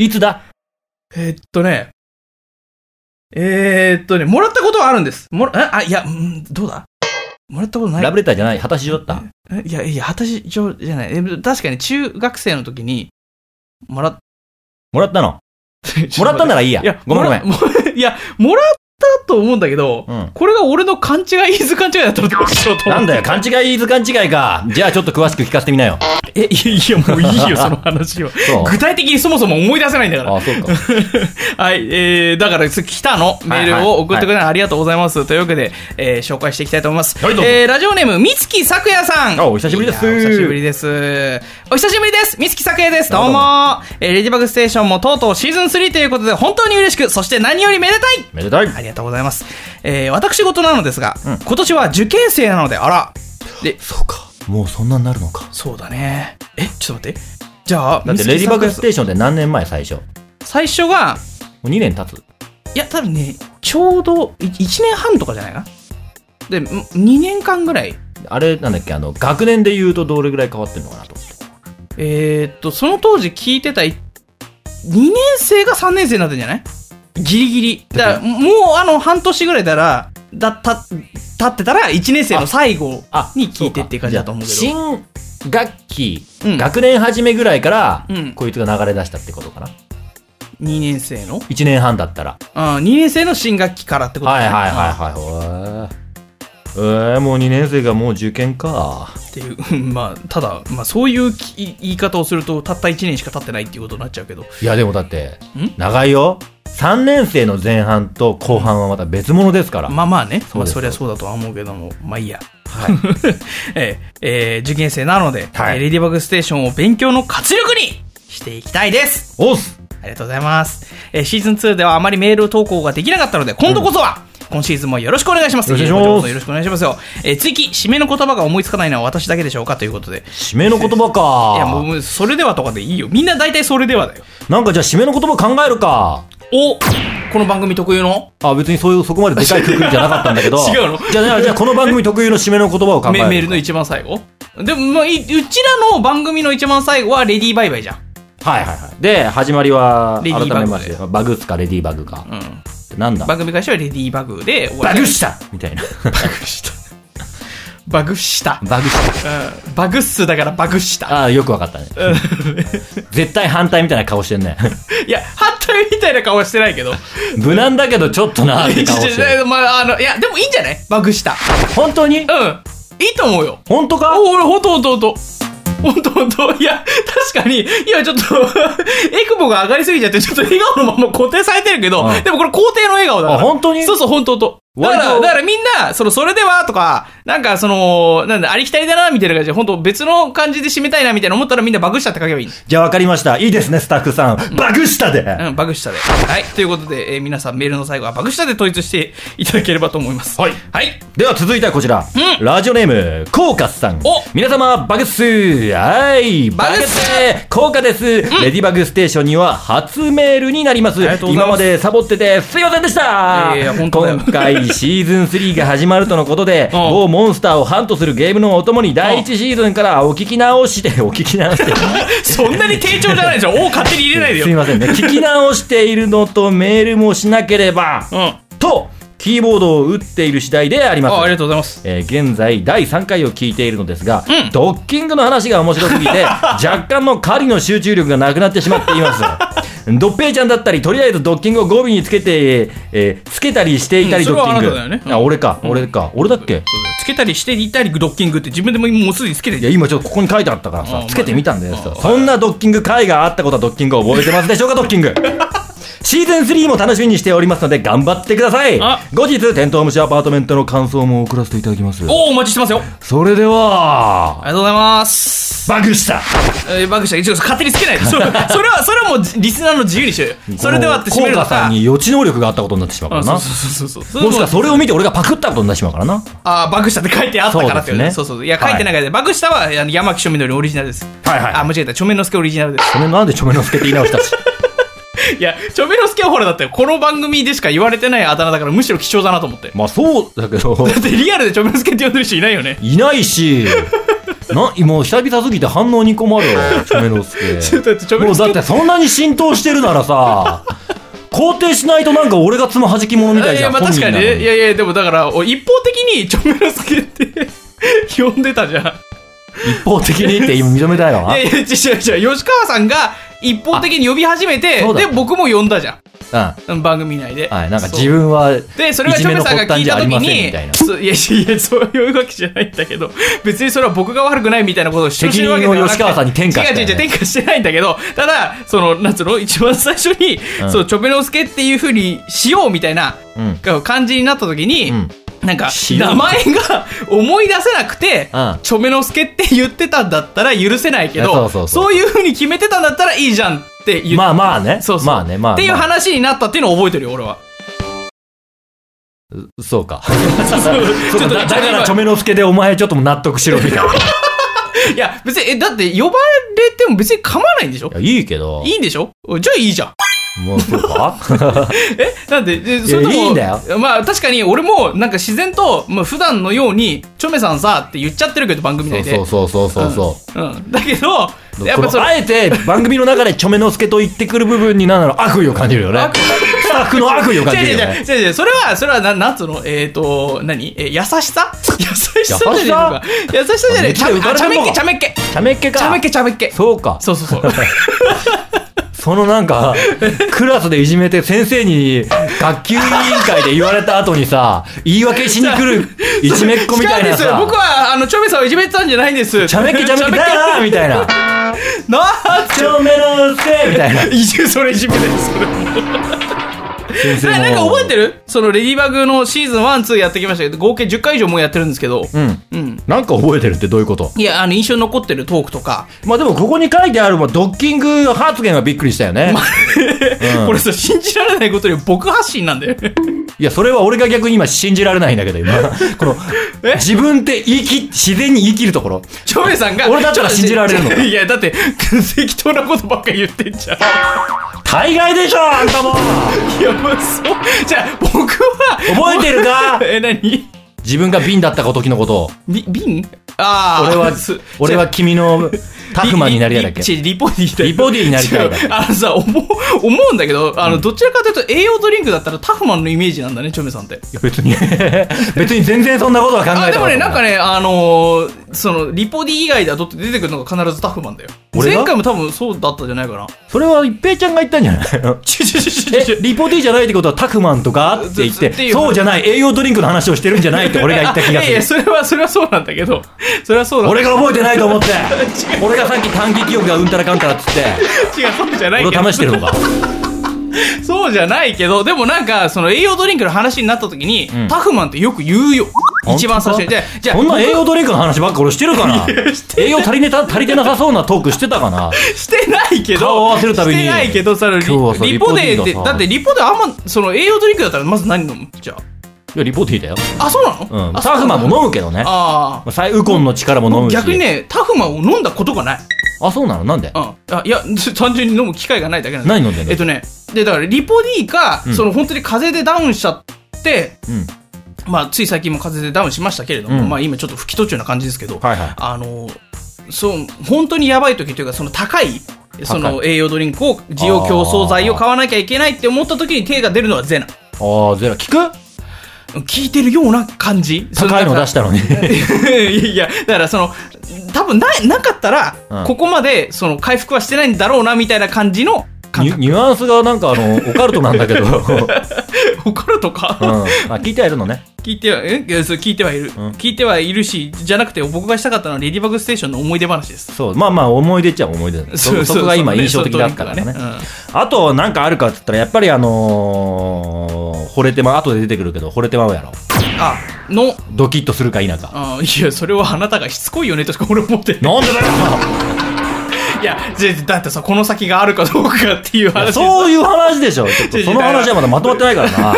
Speaker 2: いつだ
Speaker 1: えーっとね、えーっとね、もらったことはあるんです。もら、えあ、いや、うんどうだもらったことない
Speaker 2: ラブレターじゃない果たし状だっ
Speaker 1: えいや、いや、二十歳上じゃない。え確かに中学生の時に、もらっ、
Speaker 2: もらったの もらったん
Speaker 1: だ
Speaker 2: ならいいや
Speaker 1: いや、
Speaker 2: ごめんごめん
Speaker 1: もらもいや、もらったと思うんだけど、
Speaker 2: うん
Speaker 1: これが俺の勘違い、イズ勘違いだったらどうしようと思
Speaker 2: な
Speaker 1: って
Speaker 2: んだよ、勘違い、図勘違いか。じゃあちょっと詳しく聞かせてみなよ。
Speaker 1: え、いや、いやもういい よ、その話は。
Speaker 2: そう
Speaker 1: 具体的にそもそも思い出せないんだから。
Speaker 2: あ、そうか。
Speaker 1: はい、えー、だから、来たの、メールを送ってくれたのありがとうございます。というわけで、えー、紹介していきたいと思います。
Speaker 2: はいどうぞ
Speaker 1: えー、ラジオネーム、みつきさくやさん。
Speaker 2: あお久しぶりです
Speaker 1: いやーお久しぶりです。お久しぶりです。みつきさくやです。どうも
Speaker 2: どう
Speaker 1: えー、レディバグステーションもとうとうシーズン3ということで、本当に嬉しく、そして何よりめでたい
Speaker 2: めでたい。
Speaker 1: ありがとうございます。えー、私事なのですが、今年は受験生なので、あら。で、
Speaker 2: そうか。もうそんなになるのか。
Speaker 1: そうだね。え、ちょっと待って。じゃあ、
Speaker 2: だって、
Speaker 1: み
Speaker 2: レデ
Speaker 1: つき
Speaker 2: ィ
Speaker 1: さ
Speaker 2: バ
Speaker 1: く
Speaker 2: グ
Speaker 1: や
Speaker 2: ステーションって何年前最初も
Speaker 1: 最初が、
Speaker 2: う2年経つ。
Speaker 1: いや、多分ね、ちょうど1年半とかじゃないかな。で、2年間ぐらい。
Speaker 2: あれなんだっけ、あの、学年で言うとどれぐらい変わってるのかなと思って。
Speaker 1: えー、っと、その当時聞いてたい2年生が3年生になってんじゃないギリギリ。だから、もうあの、半年ぐらいだら、だ、た、経ってたら、1年生の最後に聞いてっていう感じだと思うけど。
Speaker 2: ど。新学期、
Speaker 1: うん
Speaker 2: 学年初めぐらいから、
Speaker 1: うん
Speaker 2: こいつが流れ出したってことかな。
Speaker 1: 2年生の
Speaker 2: 1年半だったら。
Speaker 1: あ2年生の新学期からってこと
Speaker 2: はい
Speaker 1: ね
Speaker 2: はいはいはい。へーえー、もう2年生がもう受験か。
Speaker 1: っていううん、 まあ、ただ、まあ、そういうき言い方をすると、たった1年しか経ってないっていうことになっちゃうけど。
Speaker 2: いやでもだって
Speaker 1: ん
Speaker 2: 長いよ3年生の前半と後半はまた別物ですから、
Speaker 1: まあまあね、
Speaker 2: う
Speaker 1: まあ、
Speaker 2: です
Speaker 1: そりゃそうだとは思うけども、まあいいや。
Speaker 2: はい
Speaker 1: えええー受験生なので、
Speaker 2: はい
Speaker 1: えーレディバグステーションを勉強の活力にしていきたいです
Speaker 2: おっす
Speaker 1: ありがとうございます。えーシーズン2ではあまりメール投稿ができなかったので、今度こそは、今シーズンもよろしくお願いします。
Speaker 2: よろしくお
Speaker 1: こ
Speaker 2: 願い
Speaker 1: ち
Speaker 2: します
Speaker 1: らこそよろしくお願いしますよ。えー追記、締めの言葉が思いつかないのは私だけでしょうかということで。
Speaker 2: 締めの言葉か
Speaker 1: いや、もうもう、それではとかでいいよ。みんな大体それではだよ。
Speaker 2: なんかじゃあ締めの言葉考えるか
Speaker 1: おこの番組特有の
Speaker 2: あ別にそういうそこまででかいくくりじゃなかったんだけど
Speaker 1: 違うの
Speaker 2: じゃあじゃあじゃあこの番組特有の締めの言葉を考える
Speaker 1: メ
Speaker 2: か
Speaker 1: メールの一番最後でも、まあ、いうちらの番組の一番最後はレディーバイバイじゃん。
Speaker 2: はいはいはいで始まりは
Speaker 1: レデ
Speaker 2: 改
Speaker 1: ィーバグ
Speaker 2: めましてバグっすかレディーバグか、
Speaker 1: うん。
Speaker 2: なんだ
Speaker 1: 番組開始はレディーバグで終わ
Speaker 2: バ
Speaker 1: り
Speaker 2: グしたみたいな
Speaker 1: バグした。 バグした。
Speaker 2: バグした
Speaker 1: うんバグっすだからバグした。
Speaker 2: ああよくわかったね
Speaker 1: うん
Speaker 2: 絶対反対みたいな顔して んね
Speaker 1: いや、反対みたいな顔はしてないけど。
Speaker 2: 無難だけどちょっとなーって顔 してる
Speaker 1: まあ、あの、いや、でもいいんじゃないバグした。
Speaker 2: 本当に
Speaker 1: うん。いいと思うよ。
Speaker 2: 本当か
Speaker 1: お、俺、ほんとほんとほんと。ほんとほんと。いや、確かに、いや、ちょっと、 エクボが上がりすぎちゃって、ちょっと笑顔のまま固定されてるけど、
Speaker 2: うん
Speaker 1: でもこれ肯定の笑顔だから。
Speaker 2: あ本当に
Speaker 1: そうそう、ほんとほんと。だから、
Speaker 2: 割と
Speaker 1: だからみんな、その、それではとか、なんか、その、なんだ、ありきたりだな、みたいな感じで、ほんと別の感じで締めたいな、みたいな思ったらみんなバグしたって書けばいい。
Speaker 2: じゃあ分かりました。いいですね、スタッフさん。バグしたで、
Speaker 1: うん、バグしたで。はい。ということで、えー皆さんメールの最後はバグしたで統一していただければと思います。
Speaker 2: はい
Speaker 1: はい。
Speaker 2: では続いてはこちら。
Speaker 1: う
Speaker 2: ラジオネーム、コーカスさん。
Speaker 1: お
Speaker 2: 皆様、バグっすはい、
Speaker 1: バグっす
Speaker 2: ですコーカです、レディバグステーションには初メールになります。
Speaker 1: ありがとうございます
Speaker 2: 今までサボっててすいませんでした
Speaker 1: いやいや本当だよ
Speaker 2: 今 回シーズン3が始まるとのことで、
Speaker 1: うん
Speaker 2: 某モンスターをハントするゲームのお供に第1シーズンからお聞き直して、 お聞き直して。
Speaker 1: そんなに低調じゃないでしょ。お勝手に入れないです
Speaker 2: い
Speaker 1: よ。
Speaker 2: ませんね。聞き直しているのとメールもしなければ。
Speaker 1: うん。あ、
Speaker 2: とキーボードを打っている次第であります
Speaker 1: ありがとうございます。
Speaker 2: えー現在第3回を聞いているのですが、
Speaker 1: うん
Speaker 2: ド ッキングの話が面白すぎて若干の狩りの集中力がなくなってしまっていますドッペイちゃんだったり、とりあえずドッキングを語尾につけて、えーつけたりしていたり、
Speaker 1: うん
Speaker 2: ドッキング。
Speaker 1: それはあなただよねうん
Speaker 2: あ、俺か、俺か、俺だっけ
Speaker 1: つけたりしていたりドッキングって自分でももうすでにつけて
Speaker 2: いや、今ちょっとここに書いてあったから
Speaker 1: あ
Speaker 2: さ
Speaker 1: ま、あ
Speaker 2: つけてみたんだよ
Speaker 1: あ
Speaker 2: さ。そんなドッキング会があったことはドッキングを覚えてますでしょうか、ドッキング。シーズン3も楽しみにしておりますので、頑張ってください
Speaker 1: あ。
Speaker 2: 後日、テントウムシアパートメントの感想も送らせていただきます。
Speaker 1: おおお待ちしてますよ
Speaker 2: それでは
Speaker 1: あ、りがとうございます
Speaker 2: バグした
Speaker 1: えーバグした一応勝手につけないでそれそれはそれはもうリスナーの自由にしようよそれではって締める
Speaker 2: この
Speaker 1: の
Speaker 2: 効果さ
Speaker 1: さ
Speaker 2: んに予知能力があったことになってしまうから
Speaker 1: あ
Speaker 2: な。
Speaker 1: そう
Speaker 2: も
Speaker 1: そうそうそう
Speaker 2: しかそれを見て俺がパクったことになってしまうからな。
Speaker 1: あーバグしたって書いてあったからってことねそ
Speaker 2: そううですね
Speaker 1: そうそういや書いてないからでバグしたはあの山木庶民のりオリジナルです
Speaker 2: はいはい
Speaker 1: あ間違えた庶民の助オリジナルで
Speaker 2: それなんでちょめのすけって言い直した し。
Speaker 1: すいや庶民の助はほらだってこの番組でしか言われてないあだ名だからむしろ貴重だなと思って
Speaker 2: まあそうだけど、
Speaker 1: だってリアルでちょめのすけって呼んでる人いないよね。
Speaker 2: いないし、な、もう久々すぎて反応に困るよ、ちょめのす
Speaker 1: ちょっ
Speaker 2: け。
Speaker 1: とだってちょ
Speaker 2: も
Speaker 1: めの
Speaker 2: う
Speaker 1: す
Speaker 2: だ
Speaker 1: け
Speaker 2: っ。てそんなに浸透してるならさ、肯定しないとなんか俺がつむ弾き者みたい
Speaker 1: い
Speaker 2: じゃ
Speaker 1: や、
Speaker 2: ん、
Speaker 1: まあ
Speaker 2: 本
Speaker 1: 確
Speaker 2: 人
Speaker 1: か
Speaker 2: な
Speaker 1: に
Speaker 2: の
Speaker 1: ね。い
Speaker 2: に。
Speaker 1: やいや、でもだから、お一方的にちょめのすけって呼んでたじゃん。
Speaker 2: 一方的にって今認めたよ
Speaker 1: いやいや、違う違う。吉川さんが一方的に呼び始めて
Speaker 2: あそ、うだ
Speaker 1: で、僕も呼んだじゃ
Speaker 2: な。
Speaker 1: ん。番組内で。
Speaker 2: うん。はい、なんか
Speaker 1: そう
Speaker 2: 自分は、
Speaker 1: で、それがチョメさんが聞いたとき
Speaker 2: いじめの発端じゃありません
Speaker 1: に
Speaker 2: みたい、な
Speaker 1: そういやいやいや、そういうわけじゃないんだけど、別にそれは僕が悪くないみたいなことを主張してるわけではなくて
Speaker 2: 責任を吉川さんに転嫁したよね
Speaker 1: 違う違う違う、転嫁してないんだけど、ただ、その、なんつうの、一番最初に、
Speaker 2: うん
Speaker 1: そう、チョメノスケっていうふうにしようみたいな
Speaker 2: うん。
Speaker 1: 感じになったときに、
Speaker 2: うん。
Speaker 1: なんか、
Speaker 2: しよう
Speaker 1: 名前が思い出せなくて
Speaker 2: うん、
Speaker 1: チョメノスケって言ってたんだったら許せないけ
Speaker 2: いやそうそ
Speaker 1: ど、
Speaker 2: うそう
Speaker 1: そういうふうに決めてたんだったらいいじゃんって言っ
Speaker 2: まあまあね。
Speaker 1: そうそう
Speaker 2: まあね、まあ。
Speaker 1: っていう
Speaker 2: まあ
Speaker 1: 話になったっていうのを覚えてるよ、俺は。
Speaker 2: そうか。
Speaker 1: ちょっと
Speaker 2: だだか
Speaker 1: 今
Speaker 2: ら、チョメノスケでお前ちょっとも納得しろみたいな。い
Speaker 1: いや、別に、え、だって呼ばれても別に構わないんでしょ
Speaker 2: や、いいけど。
Speaker 1: いいんでしょじゃあいいじゃん。
Speaker 2: もうそうか
Speaker 1: えなんで、えそれとも
Speaker 2: いいんだよ
Speaker 1: まあ確かに俺もなんか自然と、まあ普段のように、チョメさんさって言っちゃってるけど番組内で。。
Speaker 2: そうそうそうそうそう
Speaker 1: うん。だけど、
Speaker 2: う。
Speaker 1: やっぱ
Speaker 2: こ
Speaker 1: そ
Speaker 2: の
Speaker 1: れ、
Speaker 2: あえて番組の中でチョメノスケと言ってくる部分に何だろう悪意を感じるよね。スタッフの悪意を感
Speaker 1: 違う
Speaker 2: じる
Speaker 1: 違
Speaker 2: よ
Speaker 1: う違
Speaker 2: ね
Speaker 1: う。違う違う、それは、それはな、なんつうのえっ、ー、と、何え、優しさ 優しさじゃねえのか。優しさじ
Speaker 2: あ
Speaker 1: ゃねえ。
Speaker 2: めっちゃ浮かれ
Speaker 1: ち
Speaker 2: て
Speaker 1: ゃ
Speaker 2: ん
Speaker 1: め
Speaker 2: の
Speaker 1: っけ、
Speaker 2: か
Speaker 1: ちゃめっけ。
Speaker 2: チャメっ気か。
Speaker 1: ちゃめっけ、ちゃめっけ。
Speaker 2: そうか。
Speaker 1: そうそう そう。
Speaker 2: そのなんか、クラスでいじめて先生に学級委員会で言われた後にさ、言い訳しに来るいじめっ子みたいな
Speaker 1: 違うんです僕
Speaker 2: さ、
Speaker 1: は、あの、チョメさんをいじめてたんじゃないんです。
Speaker 2: チャメっ気チャメっ気だなみ たいな。
Speaker 1: なあ
Speaker 2: チョメノスケみたいな。
Speaker 1: 移住それいじめだよそれ
Speaker 2: 先生も
Speaker 1: ななんか覚えてるそのレディバグのシーズン12やってきましたけど合計10回以上もうやってるんですけど
Speaker 2: うん。
Speaker 1: うん
Speaker 2: なんか覚えてるってどういうこと
Speaker 1: いやあの印象に残ってるトークとか、
Speaker 2: まあでもここに書いてあるもドッキング発言はびっくりしたよね。うん
Speaker 1: これさ信じられないことに僕発信なんだよね
Speaker 2: いや、それは俺が逆に今信じられないんだけど、今。この
Speaker 1: え、
Speaker 2: 自分って言い切、自然に言い切るところ。
Speaker 1: チョメさんが
Speaker 2: 俺だったら信じられるの
Speaker 1: ちょいやだって適当なことばっか言ってんじゃ ん
Speaker 2: 大概でしょあんたも
Speaker 1: いやもうそうじゃあ僕は
Speaker 2: 覚えてるか
Speaker 1: え何
Speaker 2: 自分が瓶だった時のことを。
Speaker 1: び瓶ああ
Speaker 2: 俺は
Speaker 1: す、
Speaker 2: 俺は君のタフマンになりたいだっ
Speaker 1: リ
Speaker 2: け。
Speaker 1: リリリポディだよ
Speaker 2: リポディになりたいだ
Speaker 1: 違 うあのさ思う思うんだけどあの、どちらかというと栄養ドリンクだったらタフマンのイメージなんだねチョメさんって
Speaker 2: いや別に、別に全然そんなことは考えたこと
Speaker 1: あ
Speaker 2: ない。
Speaker 1: でもねなんかねあのーそのリポディ以外だとって出てくるのが必ずタフマンだよ
Speaker 2: 俺が
Speaker 1: 前回も多分そうだったんじゃないかな
Speaker 2: それは一平ちゃんが言ったんじゃないの
Speaker 1: ちゅちゅちゅちゅち
Speaker 2: え
Speaker 1: ゅ、
Speaker 2: リポティじゃないってことはタフマンとかって言っ
Speaker 1: ずずってい
Speaker 2: て、
Speaker 1: う
Speaker 2: そうじゃない、栄養ドリンクの話をしてるんじゃないって俺が言った気が
Speaker 1: いや
Speaker 2: す
Speaker 1: いや
Speaker 2: る。
Speaker 1: それはそれはそうなんだけどそれはそうなんだ
Speaker 2: 俺が覚えてないと思って俺がさっき短期記憶がうんたらかんたらっつって
Speaker 1: 違うそうじゃない
Speaker 2: 俺
Speaker 1: けど
Speaker 2: を試してるのか
Speaker 1: そうじゃないけどでもなんかその栄養ドリンクの話になった時に、
Speaker 2: ん
Speaker 1: タフマンってよく言うよ一番最初にじゃあじゃあ
Speaker 2: こんな栄養ドリンクの話ばっか俺してるかな栄養足りねた足りてなさそうなトークしてたかな
Speaker 1: してないけど
Speaker 2: 顔合わせるたびに
Speaker 1: してないけどそのリ
Speaker 2: 今日はさ
Speaker 1: リポデー
Speaker 2: リポデ
Speaker 1: って
Speaker 2: ーがさ
Speaker 1: だってリポデーあんまその栄養ドリンクだったらまず何飲むじゃ
Speaker 2: いやリポートいいだよ、
Speaker 1: ああそうな
Speaker 2: う
Speaker 1: の、
Speaker 2: ん、
Speaker 1: あ
Speaker 2: タフマン
Speaker 1: そうなの
Speaker 2: も飲むけどね
Speaker 1: あ
Speaker 2: まあサイウコンの力も飲
Speaker 1: あ
Speaker 2: むし
Speaker 1: 逆にねタフマンを飲んだことがない、
Speaker 2: あそうなのなんで
Speaker 1: うん、あいや単純に飲む機会がないだけなんだ
Speaker 2: 何飲んでんの
Speaker 1: えっとねでだからリポディか、
Speaker 2: うん
Speaker 1: その本当に風邪でダウンしちゃって
Speaker 2: うん
Speaker 1: まあつい最近も風邪でダウンしましたけれども、
Speaker 2: うん
Speaker 1: まあ今ちょっと不気途中な感じですけど、
Speaker 2: はいはい
Speaker 1: あのそう本当にやばい時というかその高いその栄養ドリンクを需要競争剤を買わなきゃいけないって思った時に手が出るのはゼナ
Speaker 2: ああゼロ聞く
Speaker 1: 効いてるような感じ
Speaker 2: 高いの出したのに
Speaker 1: て いやだからその多分ななかったら、
Speaker 2: うん
Speaker 1: ここまでその回復はしてないんだろうなみたいな感じの
Speaker 2: ニュニュアンスがなんかあ の、オカルトなんだけど、うん。
Speaker 1: オカルトか、
Speaker 2: あ、聞いてはいるのね。
Speaker 1: 聞いては、えいやそう聞いてはいる、
Speaker 2: ん
Speaker 1: 聞いてはいるし、じゃなくて僕がしたかったのはレディバグステーションの思い出話です。
Speaker 2: そう。まあまあ、思い出っちゃ思い出 だね。 そそこが今印象的だったからね。
Speaker 1: そうドリンクが
Speaker 2: あと、なんかあるかって言ったら、やっぱりあのー、惚れてまう、後で出てくるけど、惚れてまうやろ。
Speaker 1: うんあ、の、
Speaker 2: ドキッとするか否 か。
Speaker 1: あいや、それはあなたがしつこいよねとしか俺思ってない。
Speaker 2: なんでだよ
Speaker 1: いや、じゃだってさ、この先があるかどうかっていう話。
Speaker 2: そういう話でしょ。ちょ っとその話はまだまとまってないからな。
Speaker 1: ま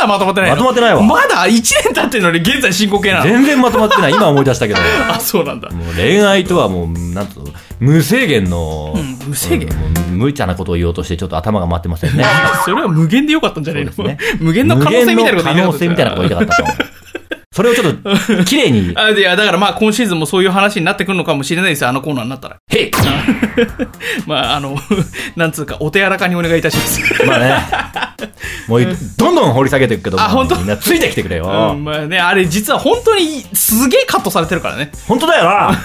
Speaker 1: だまとまってないの
Speaker 2: まとまってないわ
Speaker 1: まだ1年経ってるのに現在進行形なの。
Speaker 2: 全然まとまってない。今思い出したけ ど。
Speaker 1: あ、そうなんだ。
Speaker 2: もう恋愛とはもう、なんと、無制限の、
Speaker 1: うん無制限
Speaker 2: うんもう無茶なことを言おうとして、ちょっと頭が回ってません ね。
Speaker 1: それは無限でよかったんじゃないの、
Speaker 2: そうです
Speaker 1: 無限の可能性みたいなこと
Speaker 2: 無限の可能性みたいなこと言いたかったと思う。それをちょっと、綺麗 に、
Speaker 1: あいや、だからまあ今シーズンもそういう話になってくるのかもしれないですよ、あのコーナーになったら。
Speaker 2: へい
Speaker 1: まあ、あの、 なんつうか、お手柔らかにお願いいたします。
Speaker 2: まあね、もう、どんどん掘り下げていくけど、
Speaker 1: あ本当
Speaker 2: みんなついてきてくれよ。
Speaker 1: うん、まあね、あれ実は本当にすげえカットされてるからね。
Speaker 2: 本当だよな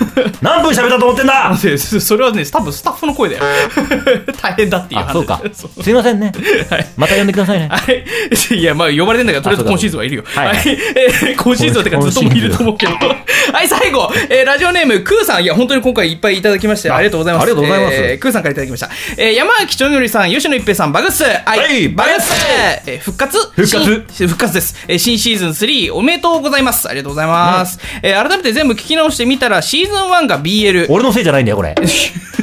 Speaker 2: 何分喋ったと思ってんだ
Speaker 1: でそそれはね、多分スタッフの声だよ。 大変だ っていう話。
Speaker 2: あ、そう か。
Speaker 1: そう
Speaker 2: すいませんね。また呼んでくださいね。
Speaker 1: はい。い や、まあ、呼ばれてんだから、とりあえず今シーズンはいるよ。
Speaker 2: はい
Speaker 1: はい。えー今シーズンってか、ずっともいると思うけど。はい、最後、えーラジオネーム、クーさん。いや、本当に今回いっぱいいただきまして、
Speaker 2: あ
Speaker 1: ありがとうございます。
Speaker 2: ありがとうございます
Speaker 1: えークーさんからいただきました。えー山脇ちょんよりさん、吉野一平さん、バグッス。は
Speaker 2: はい
Speaker 1: バグッス。えー復活復
Speaker 2: 活
Speaker 1: 復活です。えー新シーズン3、おめでとうございます。ありがとうございます。えー改めて全部聞き直してみたら、シーズン1が BL。
Speaker 2: 俺のせいじゃないんだよ、これ。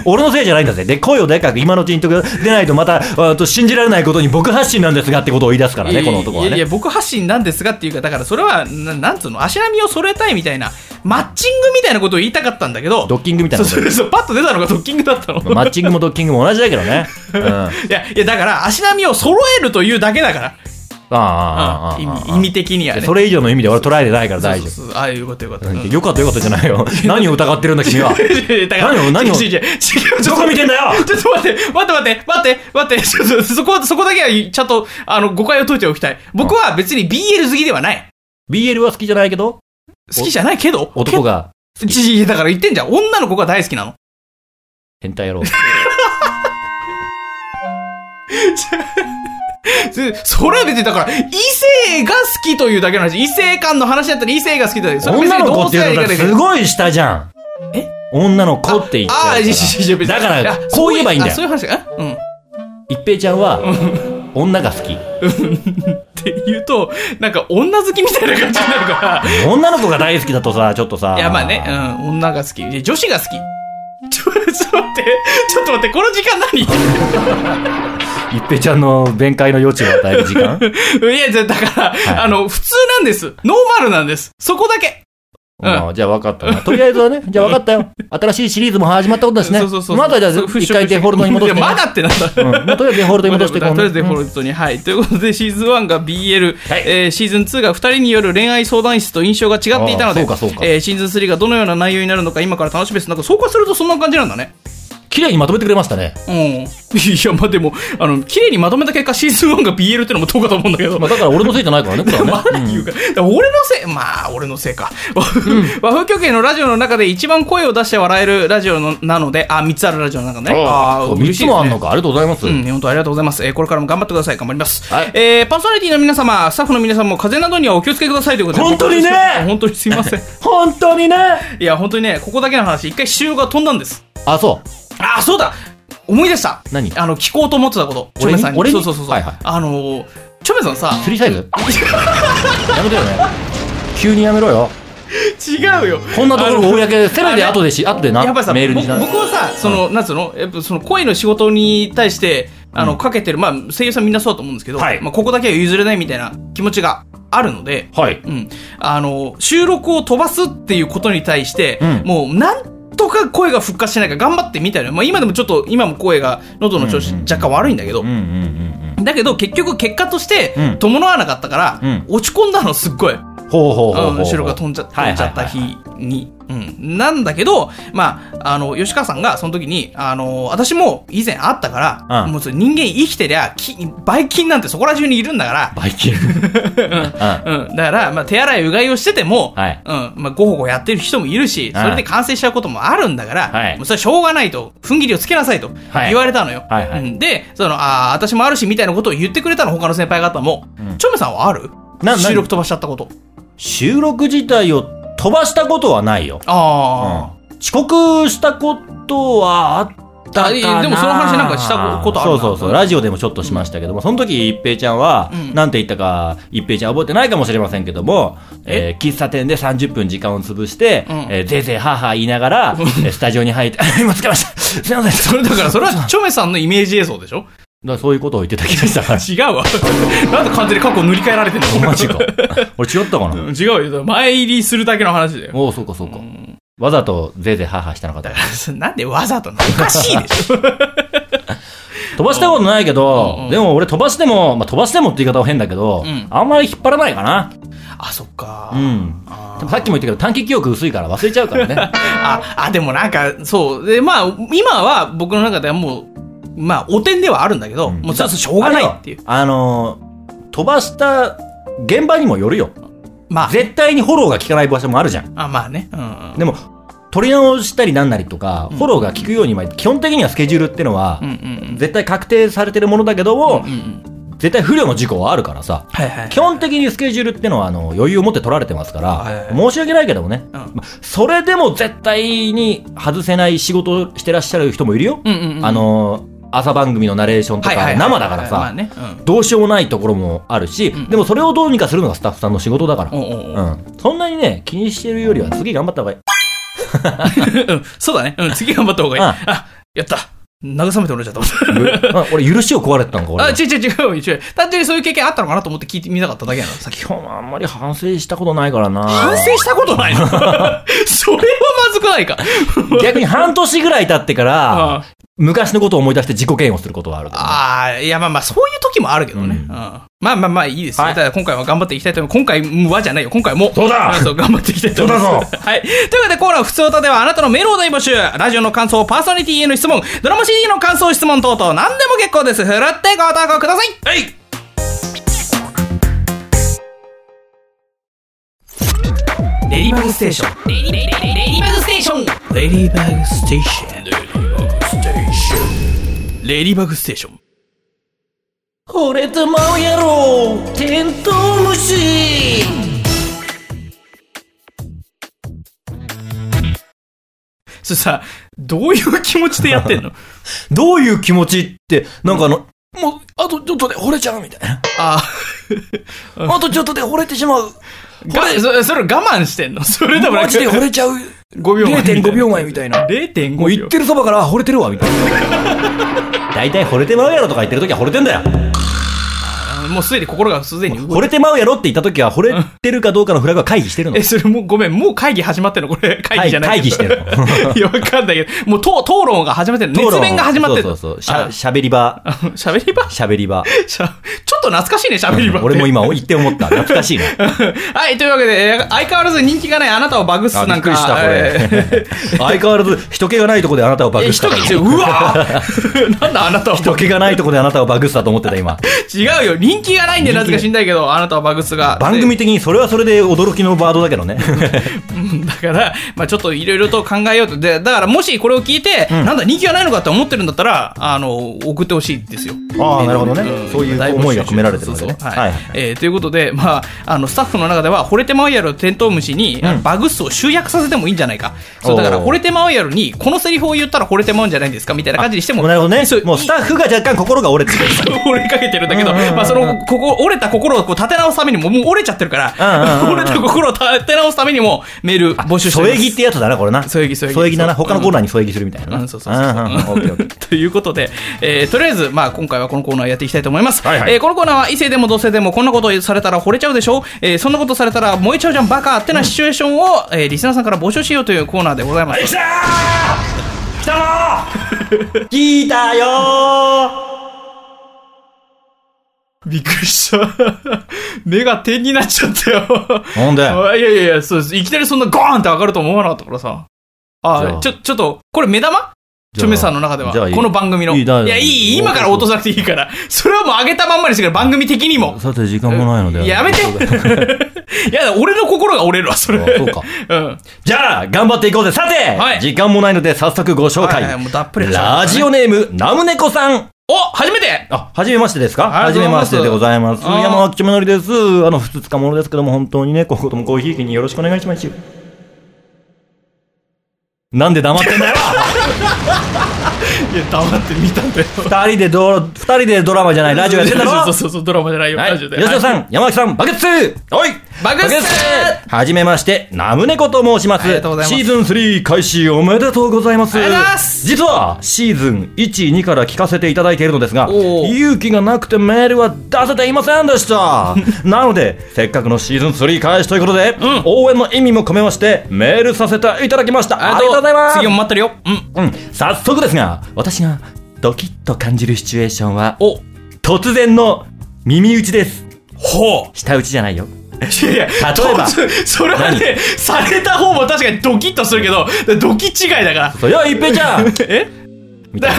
Speaker 2: 俺のせいじゃないんだぜ。で、声をでかく今のうちにとけ出ないとまた、あと信じられないことに僕発信なんですがってことを言い出すからね、この男はい
Speaker 1: やい
Speaker 2: ね
Speaker 1: や。僕発信なんですがっていうかだからそれはななんつうの足並みを揃えたいみたいなマッチングみたいなことを言いたかったんだけど
Speaker 2: ドッキングみたいなこと
Speaker 1: そうそうそうパッと出たのがドッキングだったの、
Speaker 2: マッチングもドッキングも同じだけどね。うん。あ
Speaker 1: いやいやだから足並みを揃えるというだけだから
Speaker 2: あああ、ああ。
Speaker 1: 意味意味的にはね
Speaker 2: それ以上の意味で俺捉えてないから大丈
Speaker 1: そうそうそうああよかったよかった、うん
Speaker 2: 夫。よかったよかったじゃないよ。何を疑ってるんだ君 は。
Speaker 1: だから
Speaker 2: 何を何を
Speaker 1: 違う違う違う違うち
Speaker 2: ど
Speaker 1: ょっと
Speaker 2: こ見てんだよ
Speaker 1: ちょっと待って待って待って待って待ってちょっとそこそこだけはちゃんとあの誤解を解いておきたい僕は別に BL 好きではない
Speaker 2: BL は好きじゃないけど、
Speaker 1: 好きじゃないけど
Speaker 2: 男が
Speaker 1: ちちだから言ってんじゃん女の子が大好きなの
Speaker 2: 変態野郎。
Speaker 1: でそれは別にだから、異性が好きというだけの話。異性間の話だったら異性が好きだよ。それは別
Speaker 2: 女
Speaker 1: に
Speaker 2: の子
Speaker 1: 同
Speaker 2: って
Speaker 1: 性
Speaker 2: 言う
Speaker 1: 愛
Speaker 2: とだ
Speaker 1: がで
Speaker 2: から
Speaker 1: きる
Speaker 2: すごい下じゃん。
Speaker 1: え
Speaker 2: 女の子って言っちゃう
Speaker 1: あ
Speaker 2: から
Speaker 1: あ、いやいやいや別に
Speaker 2: だか
Speaker 1: いや
Speaker 2: ら、こう言えばいいんだ
Speaker 1: あそう
Speaker 2: よ。
Speaker 1: いう話か。うん。っ
Speaker 2: 一平ちゃんは、女が好き。
Speaker 1: て言うと、なんか女好きみたいな感じになるか
Speaker 2: 女の子が大好きだとさ、ちょっとさ。
Speaker 1: ら。いや、まあね、うん、女が好き。で女子が好き。ちょ、ちょっと待って、ちょっと待って、この時間何
Speaker 2: 一平ちゃんの弁解の余地を与える時 間
Speaker 1: いや、じゃだから、あの、普通なんです。ノーマルなんです。そこだけ。
Speaker 2: まあじゃあ分かったな。とりあえずはね、じゃあ分か ったよ。新しいシリーズも始まったことだしね。
Speaker 1: そうそうそう。
Speaker 2: まだじゃあ、
Speaker 1: そう
Speaker 2: 一回デフォルトに戻して、ね。
Speaker 1: いやまだってなんだ。
Speaker 2: うん、まあとりあえずデフォルトに戻して
Speaker 1: とりあえずデフォ
Speaker 2: ル
Speaker 1: ルトに、はい。ということで、シーズン1が BL、
Speaker 2: はい
Speaker 1: えーシーズン2が2人による恋愛相談室と印象が違っていたので、
Speaker 2: あーそうかそうか
Speaker 1: えーシーズン3がどのような内容になるのか今から楽しみです。なんか、総括するとそんな感じなんだね。
Speaker 2: 綺麗にまとめてくれましたね。
Speaker 1: うん。 いや、まあ、でも、あの、綺麗にまとめた結果、シーズン1が BL ってのもどうかと思うんだけど。
Speaker 2: まあだから俺のせいじゃないからね、これはね。
Speaker 1: まだ言うか。だから俺のせい、まあ、俺のせいか。 和風曲芸のラジオの中で一番声を出して笑えるラジオのなので、あ、3つあるラジオの中でね。あー
Speaker 2: そう
Speaker 1: 嬉
Speaker 2: 三
Speaker 1: しい
Speaker 2: つ
Speaker 1: ですね
Speaker 2: もあんのか。ありがとうございます。
Speaker 1: うん、本当ありがとうございます。えーこれからも頑張ってください。頑張ります。
Speaker 2: はい
Speaker 1: えーパーソナリティの皆様、スタッフの皆様も風邪などにはお気をつけくださいということで。
Speaker 2: 本当にね
Speaker 1: 本当にす いません。
Speaker 2: 本当にね。
Speaker 1: いや、本当にね、ここだけの話、一回収録が飛んだんです。
Speaker 2: あ、そう。
Speaker 1: あー、そうだ思い出した
Speaker 2: 何
Speaker 1: あの、聞こうと思ってたこと。チョ
Speaker 2: 俺に
Speaker 1: メさんに。
Speaker 2: 俺に
Speaker 1: そうそうそうそう。
Speaker 2: はいはい
Speaker 1: あのー、チョメさ んさ、
Speaker 2: スリーサイズ やめてよね。急にやめろよ。
Speaker 1: 違うよ。
Speaker 2: こんなところ公で、せめ
Speaker 1: あ
Speaker 2: て
Speaker 1: れ
Speaker 2: 後でし、後でな、
Speaker 1: やっぱりさ、
Speaker 2: メールにしな
Speaker 1: ぼ。僕はさ、その、なんつうの、やっぱその声の仕事に対して、あの、かけてる、まあ、声優さんみんなそうだと思うんですけど、
Speaker 2: はい
Speaker 1: まあ、ここだけは譲れないみたいな気持ちがあるので、
Speaker 2: はい。
Speaker 1: うん、あの収録を飛ばすっていうことに対して、
Speaker 2: うん
Speaker 1: もうなんとか声が復活しないか頑張ってみたいな、まあ、今でもちょっと今も声が喉の調子
Speaker 2: うんうん
Speaker 1: 若干悪いんだけど、
Speaker 2: うんうんうん
Speaker 1: だけど結局結果として
Speaker 2: うん
Speaker 1: 伴わなかったから、
Speaker 2: うん
Speaker 1: 落ち込んだのすっごい
Speaker 2: うん。ほうほうほうほう
Speaker 1: う、
Speaker 2: ん
Speaker 1: 後ろが飛んじゃ飛
Speaker 2: はい
Speaker 1: んじ
Speaker 2: は
Speaker 1: ゃ
Speaker 2: い
Speaker 1: っ
Speaker 2: は
Speaker 1: た
Speaker 2: い
Speaker 1: 日に。うん、なんだけど、まあ、あの、吉川さんがその時に、あの、私も以前あったから、
Speaker 2: うん
Speaker 1: もうそれ人間生きてりゃ、きばい菌なんてそこら中にいるんだから、
Speaker 2: バイキング。うん
Speaker 1: うん、だから、まあ、手洗い、うがいをしてても、
Speaker 2: はい
Speaker 1: うん、まあ、ごほごやってる人もいるし、それで感染しちゃうこともあるんだから、
Speaker 2: はい
Speaker 1: もうそれはしょうがないと、踏ん切りをつけなさいと
Speaker 2: はい
Speaker 1: 言われたのよ。
Speaker 2: はいはい
Speaker 1: うんで、その、ああ、私もあるし、みたいなことを言ってくれたの、他の先輩方も、
Speaker 2: うん
Speaker 1: チョメさんはある
Speaker 2: なな
Speaker 1: 収録飛ばしちゃったこと。
Speaker 2: 収録自体を飛ばしたことはないよ。
Speaker 1: あ
Speaker 2: うん遅刻したことはあったか
Speaker 1: あいや
Speaker 2: な
Speaker 1: でもその話なんかしたことあるな
Speaker 2: そうそうそう。ラジオでもちょっとしましたけども、その時一平ちゃんは、
Speaker 1: うん
Speaker 2: なんて言ったか、一平ちゃん覚えてないかもしれませんけども、え
Speaker 1: え
Speaker 2: ー喫茶店で30分時間を潰して、
Speaker 1: うん
Speaker 2: えーぜいぜいはーはー言いながら、えースタジオに入って、 あ今疲れました。すいません。 それ
Speaker 1: あ。だから、それはチョメさんのイメージ映像でしょ
Speaker 2: だそういうことを言ってた気が
Speaker 1: 。
Speaker 2: したから
Speaker 1: 違うわ。なんで完全に過去を塗り替えられてんの
Speaker 2: マ ジか。 俺違ったかな、
Speaker 1: うん違うよ。前入りするだけの話だよ。
Speaker 2: おお、そうかそうか。
Speaker 1: うん
Speaker 2: わざとぜいぜいはーはーしたのかと。
Speaker 1: なんでわざとなのおかしいでしょ
Speaker 2: 飛ばしたことないけど、
Speaker 1: うんうん
Speaker 2: でも俺飛ばしても、まあ、飛ばしてもって言い方は変だけど、
Speaker 1: うん
Speaker 2: あんまり引っ張らないかな。
Speaker 1: あ、そっか。
Speaker 2: うん。
Speaker 1: あー
Speaker 2: でもさっきも言ったけど短期記憶薄いから忘れちゃうから ね。
Speaker 1: あ、あ、でもなんか、そう。で、まあ、今は僕の中ではもう、まあ、お点ではあるんだけど、
Speaker 2: うん
Speaker 1: もうそれはしょうがないっていう。
Speaker 2: あのー、飛ばした現場にもよるよ。
Speaker 1: まあ、
Speaker 2: 絶対にフォローが効かない場所もあるじゃん。
Speaker 1: あまあね。うんうん。
Speaker 2: でも、取り直したりなんなりとか、
Speaker 1: うん
Speaker 2: フォローが効くように、まあ基本的にはスケジュールってのは
Speaker 1: うん、うん
Speaker 2: 絶対確定されてるものだけども、
Speaker 1: うん。うんうん。
Speaker 2: 絶対不慮の事故はあるからさ。
Speaker 1: はいはい。
Speaker 2: 基本的にスケジュールってのはあの余裕を持って取られてますから、
Speaker 1: はいはい
Speaker 2: 申し訳ないけどもね、
Speaker 1: うん
Speaker 2: まそれでも絶対に外せない仕事をしてらっしゃる人もいるよ、
Speaker 1: うんうんうん。
Speaker 2: あ、の朝番組のナレーションと
Speaker 1: はいはいは
Speaker 2: か
Speaker 1: い。
Speaker 2: 生だから
Speaker 1: まあ
Speaker 2: さ
Speaker 1: ね。うん。
Speaker 2: どうしようもないところもあるし、
Speaker 1: ん
Speaker 2: でもそれをどうにかするのがスタッフさんの仕事だから、
Speaker 1: おうおうおう
Speaker 2: うん、そんなにね気にしてるよりは次頑張 った方がいい
Speaker 1: うん そうだね。うん、次頑張った方がいい。
Speaker 2: うん
Speaker 1: あ、やった。慰めてもらっちゃった。
Speaker 2: あ俺許しを壊れてたのか俺
Speaker 1: あ、
Speaker 2: は
Speaker 1: 違う違う違う違う。単純にそういう経験あったのかなと思って聞いてみたかっただけなの、さっき。
Speaker 2: 基本あんまり反省したことないから
Speaker 1: 反
Speaker 2: な
Speaker 1: 省したことないの それはまずくないか。
Speaker 2: 逆に半年ぐらい経ってか
Speaker 1: あ
Speaker 2: ら昔のことを思い出して自己嫌悪することはあるけどね
Speaker 1: ああ、いや、まあまあ、そういう時もあるけどね。
Speaker 2: うん
Speaker 1: うんまあまあまあ、いいですよ。
Speaker 2: はい
Speaker 1: ただ今回は頑張っていきたいと思います。今回はじゃないよ。今回も。
Speaker 2: そうだ
Speaker 1: ん そう、頑張っていきたいと思います。
Speaker 2: そうだ
Speaker 1: はい。ということで、コーナー、普通歌ではあなたのメールを大募集。ラジオの感想、パーソナリティへの質問、ドラマ CD の感想、質問等々、何でも結構です。ふるってご投稿ください。はい。レディバグステーション。レディバグステーション。レディバグステーション。レディバグステーション。レディバグステーション。
Speaker 2: 俺様をやろうテントウムシ
Speaker 1: それさ、どういう気持ちでやってん の
Speaker 2: どういう気持ちって、なんかあの、もう、あとちょっとで惚れちゃうみたいな。
Speaker 1: あ
Speaker 2: あとちょっとで惚れてしまう。
Speaker 1: がそそれ我慢してんのそれでもな
Speaker 2: マ
Speaker 1: く
Speaker 2: ジで惚れちゃう。
Speaker 1: 5秒前。
Speaker 2: 0.5秒前みたいな。
Speaker 1: 0.5秒。
Speaker 2: もう言ってるそばから、あ惚れてるわ、みたいな。大体惚れてまうやろとか言ってるときは惚れてんだよ。
Speaker 1: あもうすでに心がすでに動い
Speaker 2: 惚れてまうやろって言ったときは惚れてるかどうかのフラグは会議してるの
Speaker 1: て。え、。それもうごめん、もう会議始まってんのこれ、会議じゃない。
Speaker 2: 会議してるの
Speaker 1: いや、わかんないけど、もう討討論が始まってるの。熱弁が始まってる
Speaker 2: そ
Speaker 1: の。
Speaker 2: うそうそう。しゃ、喋り場。
Speaker 1: あ喋り場
Speaker 2: 喋り場。
Speaker 1: しゃちょっと懐かしいね、喋り場って。
Speaker 2: 俺も今言って思った。懐かしいね。
Speaker 1: はい、というわけで、えー相変わらず人気がないあなたをバグっす
Speaker 2: あ
Speaker 1: なんか。
Speaker 2: びっくりした、これ。 相変わらず、人気がないとこであなたをバ
Speaker 1: えー。え、
Speaker 2: グした
Speaker 1: 一
Speaker 2: と思う。
Speaker 1: 人、うわぁ なんだあなたを
Speaker 2: 人気がないとこであなたをバグしたと思ってた、今。
Speaker 1: 違うよ人気がないんでなぜか知んないけどあなたはバグスが
Speaker 2: 番組的にそれはそれで驚きのワードだけどね。
Speaker 1: うん だから、まあ、ちょっといろいろと考えようとでだからもしこれを聞いて、なんだ人気がないのかって思ってるんだったらあの送ってほしいですよ
Speaker 2: ああなるほどね
Speaker 1: ん
Speaker 2: そういう
Speaker 1: だぶ
Speaker 2: 思いが込められてるわけね
Speaker 1: そうそう
Speaker 2: は
Speaker 1: はいいえーということで、まあ、あのスタッフの中では惚れてまうやろテントウムシに、あのバグスを集約させてもいいんじゃないかそうだから
Speaker 2: おー
Speaker 1: 惚れてまうやろにこのセリフを言ったら惚れてまうんじゃないんですかみたいな感じにしても
Speaker 2: なるほどね
Speaker 1: そ。う
Speaker 2: もうスタッフが若干心が折れてる。
Speaker 1: 折れかけてるんだけど、
Speaker 2: うんうんうんうん
Speaker 1: まあ、その、ここ、折れた心をこう立て直すためにも、もう折れちゃってるから、
Speaker 2: うんうんうんうん
Speaker 1: 折れた心を立て直すためにも、メール募集してお
Speaker 2: 添え
Speaker 1: りま
Speaker 2: 木っ
Speaker 1: す。
Speaker 2: てやつだな、これな。
Speaker 1: 添え木添え木
Speaker 2: 添え木だな。他のコーナーに添え木するみたいな
Speaker 1: う
Speaker 2: な。
Speaker 1: んそうそうそうそうん
Speaker 2: んんオッケーオッケー
Speaker 1: ということで、えーとりあえず、まあ、今回はこのコーナーやっていきたいと思います。
Speaker 2: はいはい
Speaker 1: えーこのコーナーは異性でも同性でもこんなことされたら惚れちゃうでしょえーそんなことされたら燃えちゃうじゃんバカってなシチュエーションを、えーリスナーさんから募集しようというコーナーでございます。
Speaker 2: 来たー来たのー来たよー
Speaker 1: びっくり した。目が点になっちゃった よ。
Speaker 2: なんで
Speaker 1: あいやいやいや、そうです。いきなりそんなゴーンって上がると思わなかったからさ。
Speaker 2: じゃ
Speaker 1: あ、
Speaker 2: あ
Speaker 1: ちょ、ちょっと、これ目玉チョメさんの中では。
Speaker 2: じゃあいい
Speaker 1: この番組の。
Speaker 2: いいだ
Speaker 1: いや、いい、今から落とさなくていいから。それはもう上げたまんまにしてから、番組的にも。
Speaker 2: さて、時間もないので。
Speaker 1: やめて いや、俺の心が折れるわ、それ。
Speaker 2: あそうか。
Speaker 1: うん。
Speaker 2: じゃあ、頑張っていこうぜ。さて、
Speaker 1: はい
Speaker 2: 時間もないので、早速ご紹
Speaker 1: はい
Speaker 2: 介。
Speaker 1: はい、もうたっぷり
Speaker 2: ラジ
Speaker 1: オ。
Speaker 2: オネーム、ナムネコさん。
Speaker 1: お初めて
Speaker 2: あ、はじめましてですか
Speaker 1: あ
Speaker 2: は
Speaker 1: りが
Speaker 2: じ
Speaker 1: とう
Speaker 2: め
Speaker 1: ござい
Speaker 2: ま
Speaker 1: ま
Speaker 2: し
Speaker 1: す
Speaker 2: てでございます。
Speaker 1: あー
Speaker 2: 山脇智則です。あの、ふつつかものですけども、本当にね、ここともコーヒー機によろしくお願いします。なんで黙ってんだよ
Speaker 1: いや、黙って見たんだよ。
Speaker 2: 二人でドラ、二人でドラマじゃない、ラジオやってたろ
Speaker 1: そうそうそうそう、ドラマじゃないよ、
Speaker 2: はい、
Speaker 1: ラジ
Speaker 2: 吉
Speaker 1: オで。
Speaker 2: 野さん、山脇さん、バケツおい
Speaker 1: バケツ
Speaker 2: はじめまして、ナムネコと申します。
Speaker 1: ありがとうございます
Speaker 2: シーズン3開始おめでとうございます。
Speaker 1: ありがとうございます
Speaker 2: 実は、シーズン1、2から聞かせていただいているのですが、
Speaker 1: おー
Speaker 2: 勇気がなくてメールは出せていませんで した。なので、せっかくのシーズン3開始ということで、応援の意味も込めまして、メールさせていただきました。ありがとうございます。
Speaker 1: 次も待ってるよ。うん。
Speaker 2: うん、早速ですが、私がドキッと感じるシチュエーションは、
Speaker 1: お、
Speaker 2: 突然の耳打ちです。
Speaker 1: ほう。
Speaker 2: 下打ちじゃないよ。
Speaker 1: いやいや、例
Speaker 2: えば
Speaker 1: それはね、された方も確かにドキッとするけど、ドキ違いだから。
Speaker 2: そうよ、一平ちゃ ん
Speaker 1: え
Speaker 2: みたいな。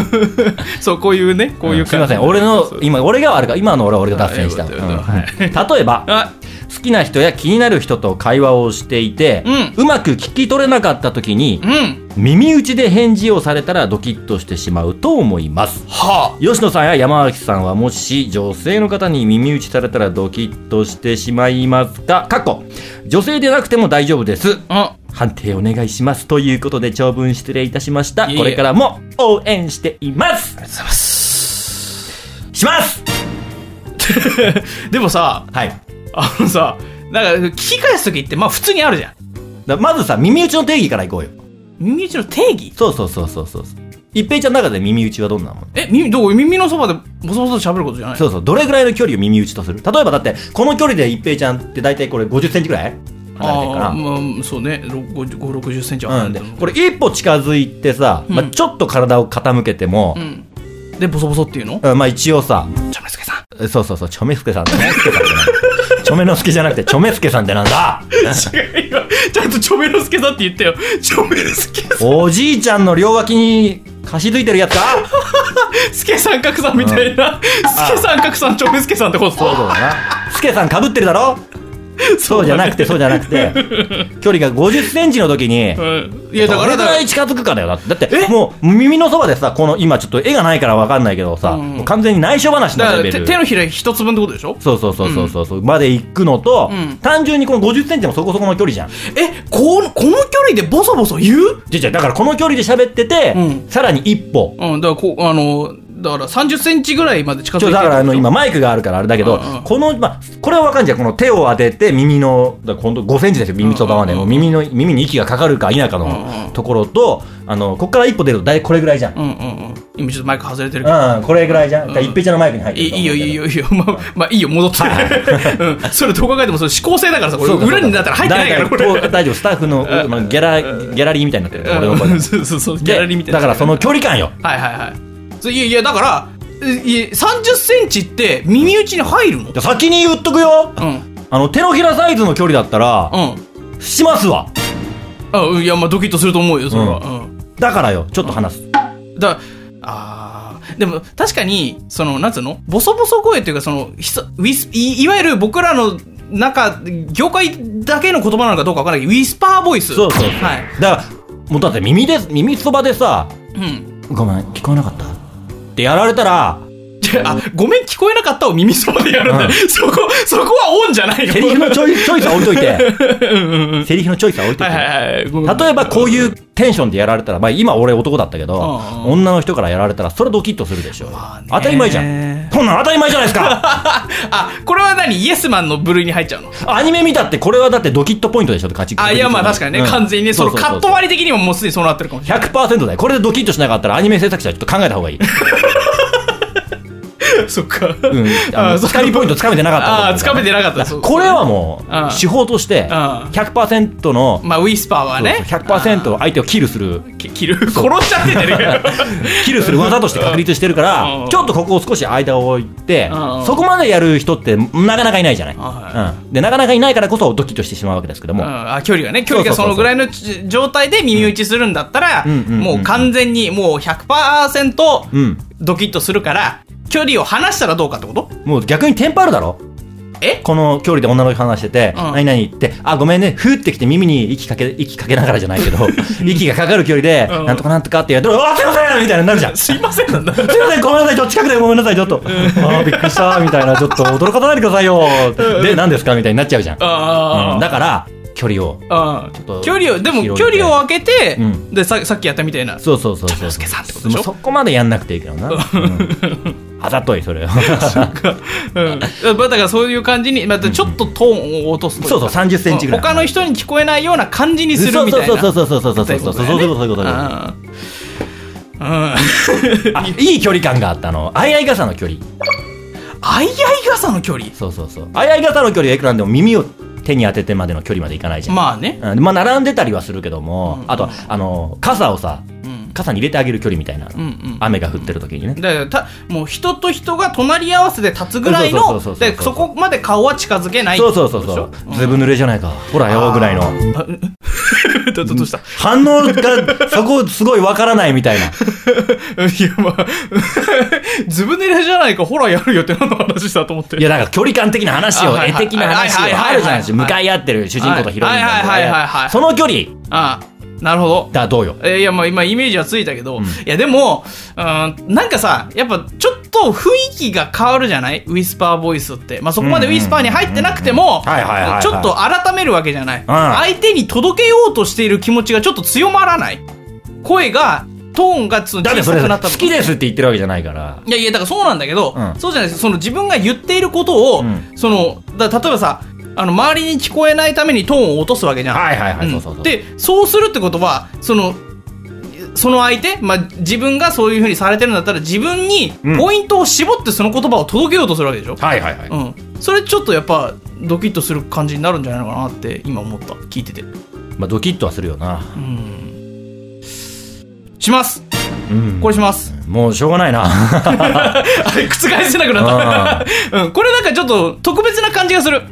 Speaker 1: そう、こういうね、こういう
Speaker 2: すいません、俺の、今、俺が悪か、今の俺は俺が脱線した。
Speaker 1: あ
Speaker 2: うん
Speaker 1: よかったよか
Speaker 2: 例えば、
Speaker 1: あ、
Speaker 2: 好きな人や気になる人と会話をしていて、うまく聞き取れなかった時に
Speaker 1: う、ん。
Speaker 2: 耳打ちで返事をされたらドキッとしてしまうと思います。
Speaker 1: は
Speaker 2: 吉野さんや山脇さんはもし女性の方に耳打ちされたらドキッとしてしまいますかかっこ女性でなくても大丈夫です。
Speaker 1: あ。
Speaker 2: 判定お願いします。ということで長文失礼いたしました。
Speaker 1: いえいえ
Speaker 2: これからも応援しています
Speaker 1: ありがとうございます。
Speaker 2: します
Speaker 1: でもさ、
Speaker 2: はい。
Speaker 1: あのさ、なんか、聞き返すときって、まあ普通にあるじゃん。
Speaker 2: だまずさ、耳打ちの定義からいこうよ。
Speaker 1: 耳打ちの定義
Speaker 2: そうそうそうそうそう。一平ちゃんの中で耳打ちはどんなもん
Speaker 1: え、耳、どう耳のそばでボソボソと喋ることじゃない
Speaker 2: そうそう。どれぐらいの距離を耳打ちとする例えばだって、この距離で一平ちゃんって大体これ50センチぐらい離れてるか
Speaker 1: あ
Speaker 2: ら
Speaker 1: あ、。まあ、そうね、5、60センチは
Speaker 2: う
Speaker 1: 離
Speaker 2: ん、
Speaker 1: れ
Speaker 2: で
Speaker 1: てる
Speaker 2: これ一歩近づいてさ、まあ、ちょっと体を傾けても、
Speaker 1: で、ボソボソっていうの
Speaker 2: うんまあ一応さ
Speaker 1: ちゃめすけさん。
Speaker 2: えそうそうそうチョメスケさんってねチョメのすけじゃなくてチョメスケさんってなんだ
Speaker 1: 違うよ。 ちゃんとチョメロスケさんって言ったよ。チョメロスケさん。
Speaker 2: おじいちゃんの両脇にかしづいてるやつか
Speaker 1: スケ三角さんみたいな、スケ三角さん、チョメスケさんってこと
Speaker 2: そうだなスケさんかぶってるだろそうじゃなくてそうじゃなくて距離が5 0センチの時に
Speaker 1: うん。いや、だ
Speaker 2: ど
Speaker 1: か
Speaker 2: れ
Speaker 1: ら、
Speaker 2: ぐ
Speaker 1: だ
Speaker 2: らい近づくかだよなだって
Speaker 1: え
Speaker 2: もう耳のそばでさこの今ちょっと絵がないから分かんないけどさ、
Speaker 1: うん
Speaker 2: もう完全に内緒話
Speaker 1: か
Speaker 2: のレ
Speaker 1: ら
Speaker 2: ベ
Speaker 1: 手
Speaker 2: ル
Speaker 1: 手のひら一つ分ってことでしょ
Speaker 2: そうそうそうそうそうそう、まで行くのと、
Speaker 1: うん
Speaker 2: 単純にこの50センチもそこそこの距離じゃん。
Speaker 1: え、この、この距離でボソボソ言う
Speaker 2: じゃじゃだからこの距離で喋ってて、
Speaker 1: うん
Speaker 2: さらに一歩。
Speaker 1: うん、だから、こう、あの、だから30センチぐらいまで近づい
Speaker 2: ち
Speaker 1: て
Speaker 2: ょ
Speaker 1: る
Speaker 2: だからあの今マイクがあるからあれだけど、
Speaker 1: うんうん
Speaker 2: この、まあ、これはわかんじゃん。この手を当てて耳の、だから今度5センチですよ、耳とばまで。
Speaker 1: うんうん
Speaker 2: も
Speaker 1: う
Speaker 2: うん耳の、耳に息がかかるか否か
Speaker 1: うんう
Speaker 2: の
Speaker 1: ん
Speaker 2: ところと、あの、こっから一歩出ると大体これぐらいじゃん。
Speaker 1: うんうんうん。今ちょっとマイク外れてるけど。
Speaker 2: うん、これぐらいじゃん。だから一平ちゃんのマイクに入って
Speaker 1: い
Speaker 2: る
Speaker 1: い
Speaker 2: と思
Speaker 1: いうよ、
Speaker 2: んだけど
Speaker 1: いいよ、いいよ。まあ、まあ、いいよ、戻って。 うん。それ、どう考えても、それ、指向性だからさ、これ、
Speaker 2: そうかそうか
Speaker 1: 裏になったら入ってないから、これ。
Speaker 2: だから大丈夫、スタッフの、まあギャラ、ギャラリーみたいになってる。俺の声
Speaker 1: う
Speaker 2: が
Speaker 1: んそうそうそう、ギャラリーみ
Speaker 2: で
Speaker 1: たいな。
Speaker 2: だからその距離感よ。
Speaker 1: はいはいはいそう。いやいや、だから、えい30センチって耳打ちに入る
Speaker 2: じ
Speaker 1: の
Speaker 2: ゃあ先に言っとくよ
Speaker 1: うん。
Speaker 2: あの、手のひらサイズの距離だったら、
Speaker 1: う
Speaker 2: しますわ
Speaker 1: ん。あ、いや、まあ、ドキッとすると思うよ、それは。
Speaker 2: う
Speaker 1: うん。
Speaker 2: だからよ、ちょっと話す。
Speaker 1: だ、あーでも、確かに、その、なんつうのボソボソ声っていうか、その、ひそウィスい、いわゆる僕らの中、業界だけの言葉なのかどうかわからないけど、ウィスパーボイス。
Speaker 2: そうそうそう
Speaker 1: はい。
Speaker 2: だから、もうだって耳で、耳そばでさ、
Speaker 1: うん。
Speaker 2: ごめん、聞こえなかったってやられた ら、
Speaker 1: であ、ごめん、聞こえなかったを耳そばでやるんだ、
Speaker 2: うん
Speaker 1: そこ、そこはオンじゃないよ。
Speaker 2: セリフのチョイチョイスは置いといて、 セリフのチョイスは置いとい
Speaker 1: はい
Speaker 2: て。
Speaker 1: はいはい。ごめん
Speaker 2: 例えばこういうテンションでやられたら、まあ今俺男だったけど、
Speaker 1: うんう
Speaker 2: 女の人からやられたらそれドキッとするでしょ。
Speaker 1: まあね
Speaker 2: 当たり前じゃん。こんなん当たり前じゃないです か
Speaker 1: あ、これは何イエスマンの部類に入っちゃうの
Speaker 2: アニメ見たってこれはだってドキッとポイントでしょって勝ち
Speaker 1: あ、いやまあ確かにね、完全にね、そのカット
Speaker 2: は
Speaker 1: 割り的にももうすでにそうなってるかもしれない。
Speaker 2: 100%だよ。これでドキッとしなかったらアニメ制作者はちょっと考えた方がいい。
Speaker 1: そっか。
Speaker 2: うん。あの、
Speaker 1: そう
Speaker 2: つかみポイント掴めてなかったと思う
Speaker 1: あ
Speaker 2: ん
Speaker 1: あ、
Speaker 2: だ
Speaker 1: つ
Speaker 2: けど
Speaker 1: かめてなかった。そう
Speaker 2: これはも
Speaker 1: うん
Speaker 2: う、手法として、100%の、
Speaker 1: まあ、ウィスパーはね。
Speaker 2: 100%相手をキルする、
Speaker 1: き 切る。殺しちゃってんじゃねえかよ。
Speaker 2: キルする技として確立してるか
Speaker 1: う
Speaker 2: ら
Speaker 1: ん、
Speaker 2: ちょっとここを少し間を置いて
Speaker 1: うん、
Speaker 2: そこまでやる人ってなかなかいないじゃない。
Speaker 1: は
Speaker 2: うんで、なかなかいないからこそドキッとしてしまうわけですけど
Speaker 1: う
Speaker 2: も。
Speaker 1: ん、あ距離がね距離が
Speaker 2: そうそうそうそう
Speaker 1: そのぐらいのち状態で耳打ちするんだったら、
Speaker 2: うんうんうんうん
Speaker 1: もう完全にもう100%
Speaker 2: うん。
Speaker 1: ドキッとするから距離を離したらどうかってこと
Speaker 2: もう逆にテンパるだろ
Speaker 1: え
Speaker 2: この距離で女の子話してて、
Speaker 1: うん
Speaker 2: 何々言って、あ、ごめんね、ふーってきて耳に息かけ、 息かけながらじゃないけど、息がかかる距離で、
Speaker 1: うん
Speaker 2: なんとかなんとかってやると、うわ、すいませんみたいにな るじゃん。す
Speaker 1: すいませんなんだ
Speaker 2: いません、ごめんなさい、ちょっと近くでごめんなさい、ちょっと。あーびっくりした、みたいな、ちょっと驚かさないでくださいよ。 で、何ですかみたいになっちゃうじゃん。
Speaker 1: ああ、
Speaker 2: うんだから、距離を。
Speaker 1: う
Speaker 2: と
Speaker 1: ん、距離をでも
Speaker 2: 広
Speaker 1: 距
Speaker 2: げて
Speaker 1: 離を空けて、
Speaker 2: うん
Speaker 1: でささっきやったみたいな
Speaker 2: そうそうそうそう。
Speaker 1: 之助さんってことでしょ
Speaker 2: もうそこまでやんなくていいけど な。うんあざとい、それを。
Speaker 1: うん、まあだからそういう感じに、まあ、ちょっとトーンを落とすとい
Speaker 2: そうそう、30センチぐらい。
Speaker 1: 他の人に聞こえないような感じにするみたいな
Speaker 2: そうそうそうそうそうそうそうそうそうそういうことそういうことそういうこと
Speaker 1: うんうん
Speaker 2: あいい距離感があったの。あいあい傘の距離。
Speaker 1: あいあい傘の距離
Speaker 2: そうそうそう。あいあい傘の距離はいくらでも耳を手に当ててまでの距離までいかないじゃん。
Speaker 1: まあね、
Speaker 2: うんまあ、並んでたりはするけども、
Speaker 1: うん
Speaker 2: あとは、あの、傘をさ、
Speaker 1: うん、
Speaker 2: 傘に入れてあげる距離みたいな。
Speaker 1: うんうん
Speaker 2: 雨が降ってる時にね。
Speaker 1: だからたもう人と人が隣り合わせで立つぐらい
Speaker 2: そう
Speaker 1: の
Speaker 2: そうそうそうそう
Speaker 1: でそこまで顔は近づけない
Speaker 2: そうそうそうそ
Speaker 1: っ
Speaker 2: う
Speaker 1: てこと。でし
Speaker 2: ずぶ濡れじゃないか。ほらよ、ぐらいの。
Speaker 1: ょあうんど どうした
Speaker 2: 反応が、 そこすごいわからないみたいな。
Speaker 1: いやまあ ずぶ濡れじゃないかホラーやるよって何の話だと思って
Speaker 2: いや、なんか距離感的な話
Speaker 1: あ
Speaker 2: を、
Speaker 1: はい
Speaker 2: 絵
Speaker 1: はい
Speaker 2: 的な話を、
Speaker 1: はいはいはい
Speaker 2: あるじゃないですか。
Speaker 1: はい
Speaker 2: 向かい合ってる主人公とヒロイン
Speaker 1: はいはいはいはい
Speaker 2: が
Speaker 1: は。い
Speaker 2: その距離
Speaker 1: ああなるほど
Speaker 2: だ、どうよ。
Speaker 1: えーいやまあ今イメージはついたけど、いやでもうんなんかさやっぱちょっと雰囲気が変わるじゃないウィスパーボイスって、まあ、そこまでウィスパーに入ってなくても
Speaker 2: うんうんうんはいはいはいはい
Speaker 1: ちょっと改めるわけじゃない、相手に届けようとしている気持ちがちょっと強まらない声がトーンがつ
Speaker 2: だって
Speaker 1: 小
Speaker 2: そ
Speaker 1: さ
Speaker 2: れ
Speaker 1: くな
Speaker 2: 好
Speaker 1: った
Speaker 2: きですって言ってるわけじゃないから。
Speaker 1: いやいやだからそうなんだけど、
Speaker 2: うん
Speaker 1: そうじゃないですその自分が言っていることを、
Speaker 2: うん
Speaker 1: そのだ例えばさあの周りに聞こえないためにトーンを落とすわけじゃん、
Speaker 2: はいはいは
Speaker 1: う
Speaker 2: い、
Speaker 1: ん
Speaker 2: そうそうそう。
Speaker 1: でそうするってことはそのその相手、まあ、自分がそういうふうにされてるんだったら自分に
Speaker 2: うん
Speaker 1: ポイントを絞ってその言葉を届けようとするわけでしょ、
Speaker 2: はいはいはい。
Speaker 1: うん、それちょっとやっぱドキッとする感じになるんじゃないのかなって今思った聞いてて
Speaker 2: まあ、ドキッとはするよな。
Speaker 1: うんします
Speaker 2: うん
Speaker 1: これします、
Speaker 2: もうしょうがないな。
Speaker 1: あれ覆せなくなった、 うん、これなんかちょっと特別な感じがする、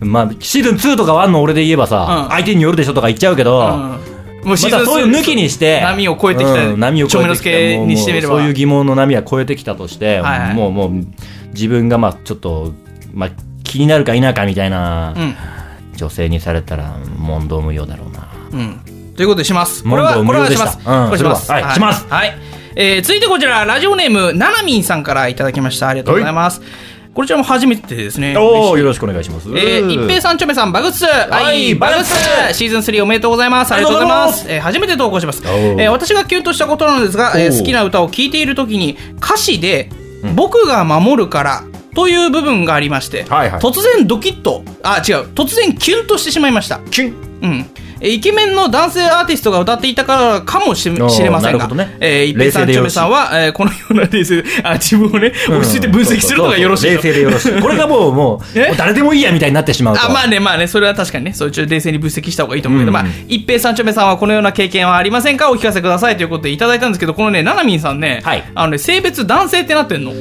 Speaker 2: まあ、シーズン2とか1の俺で言えばさ
Speaker 1: う、ん
Speaker 2: 相手によるでしょとか言っちゃうけ
Speaker 1: う
Speaker 2: ど、
Speaker 1: ん、もう
Speaker 2: またそういう抜きにして、
Speaker 1: 波を越えてきた
Speaker 2: うん波を越えてき
Speaker 1: ちょめの
Speaker 2: た。
Speaker 1: 助にしてみれば
Speaker 2: もうそういう疑問の波は越えてきたとして、
Speaker 1: はいはい
Speaker 2: もう、もう、自分がまあ、ちょっと、まあ、気になるか否かみたいな
Speaker 1: うん
Speaker 2: 女性にされたら問答無用だろうな。
Speaker 1: うんということでします。こ
Speaker 2: 問
Speaker 1: れは、
Speaker 2: 答
Speaker 1: こ
Speaker 2: 無
Speaker 1: れ
Speaker 2: 用
Speaker 1: は
Speaker 2: でし
Speaker 1: し
Speaker 2: た
Speaker 1: ます。
Speaker 2: うん
Speaker 1: これします。
Speaker 2: それははいします
Speaker 1: はい。えー続いてこちら、ラジオネーム、ななみんさんからいただきました。ありがとうございます。こちらも初めてですね。
Speaker 2: おー、よろしくお願いします。
Speaker 1: えー、一平さん、ちょめさん、バグッスはいバグッス
Speaker 2: バグッ
Speaker 1: シーズン3おめでとうございます。ありがとうございます。えー初めて投稿します。
Speaker 2: ー
Speaker 1: えー私がキュンとしたことなんですが、えー
Speaker 2: おう
Speaker 1: 好きな歌を聴いているときに、歌詞で、僕が守るから、という部分がありまして、
Speaker 2: はいはい
Speaker 1: 突然ドキッと、あ、違う、突然キュンとしてしまいました。
Speaker 2: キュン
Speaker 1: うん、えーイケメンの男性アーティストが歌っていたからかもし
Speaker 2: おー
Speaker 1: れ知れません
Speaker 2: なる
Speaker 1: が、
Speaker 2: ほどね
Speaker 1: えー一平さ
Speaker 2: 冷静
Speaker 1: ん、
Speaker 2: で
Speaker 1: チョ
Speaker 2: よろ
Speaker 1: メ
Speaker 2: しい
Speaker 1: さんは、えーこのような冷静あ自分をね、落ち着いて分析するのがよろしい
Speaker 2: 冷
Speaker 1: と。
Speaker 2: 静でよろし い。これがもう、もう、
Speaker 1: え
Speaker 2: もう誰でもいいやみたいになってしまうと。
Speaker 1: あまあね、まあね、それは確かにね、そういうちょっと冷静に分析した方がいいと思うけ
Speaker 2: う
Speaker 1: ど、
Speaker 2: ん
Speaker 1: まあ、一平さん、チョメさんはこのような経験はありませんかお聞かせくださいということでいただいたんですけど、このね、ななみんさんね、
Speaker 2: はい
Speaker 1: あのね、性別男性ってなってんの。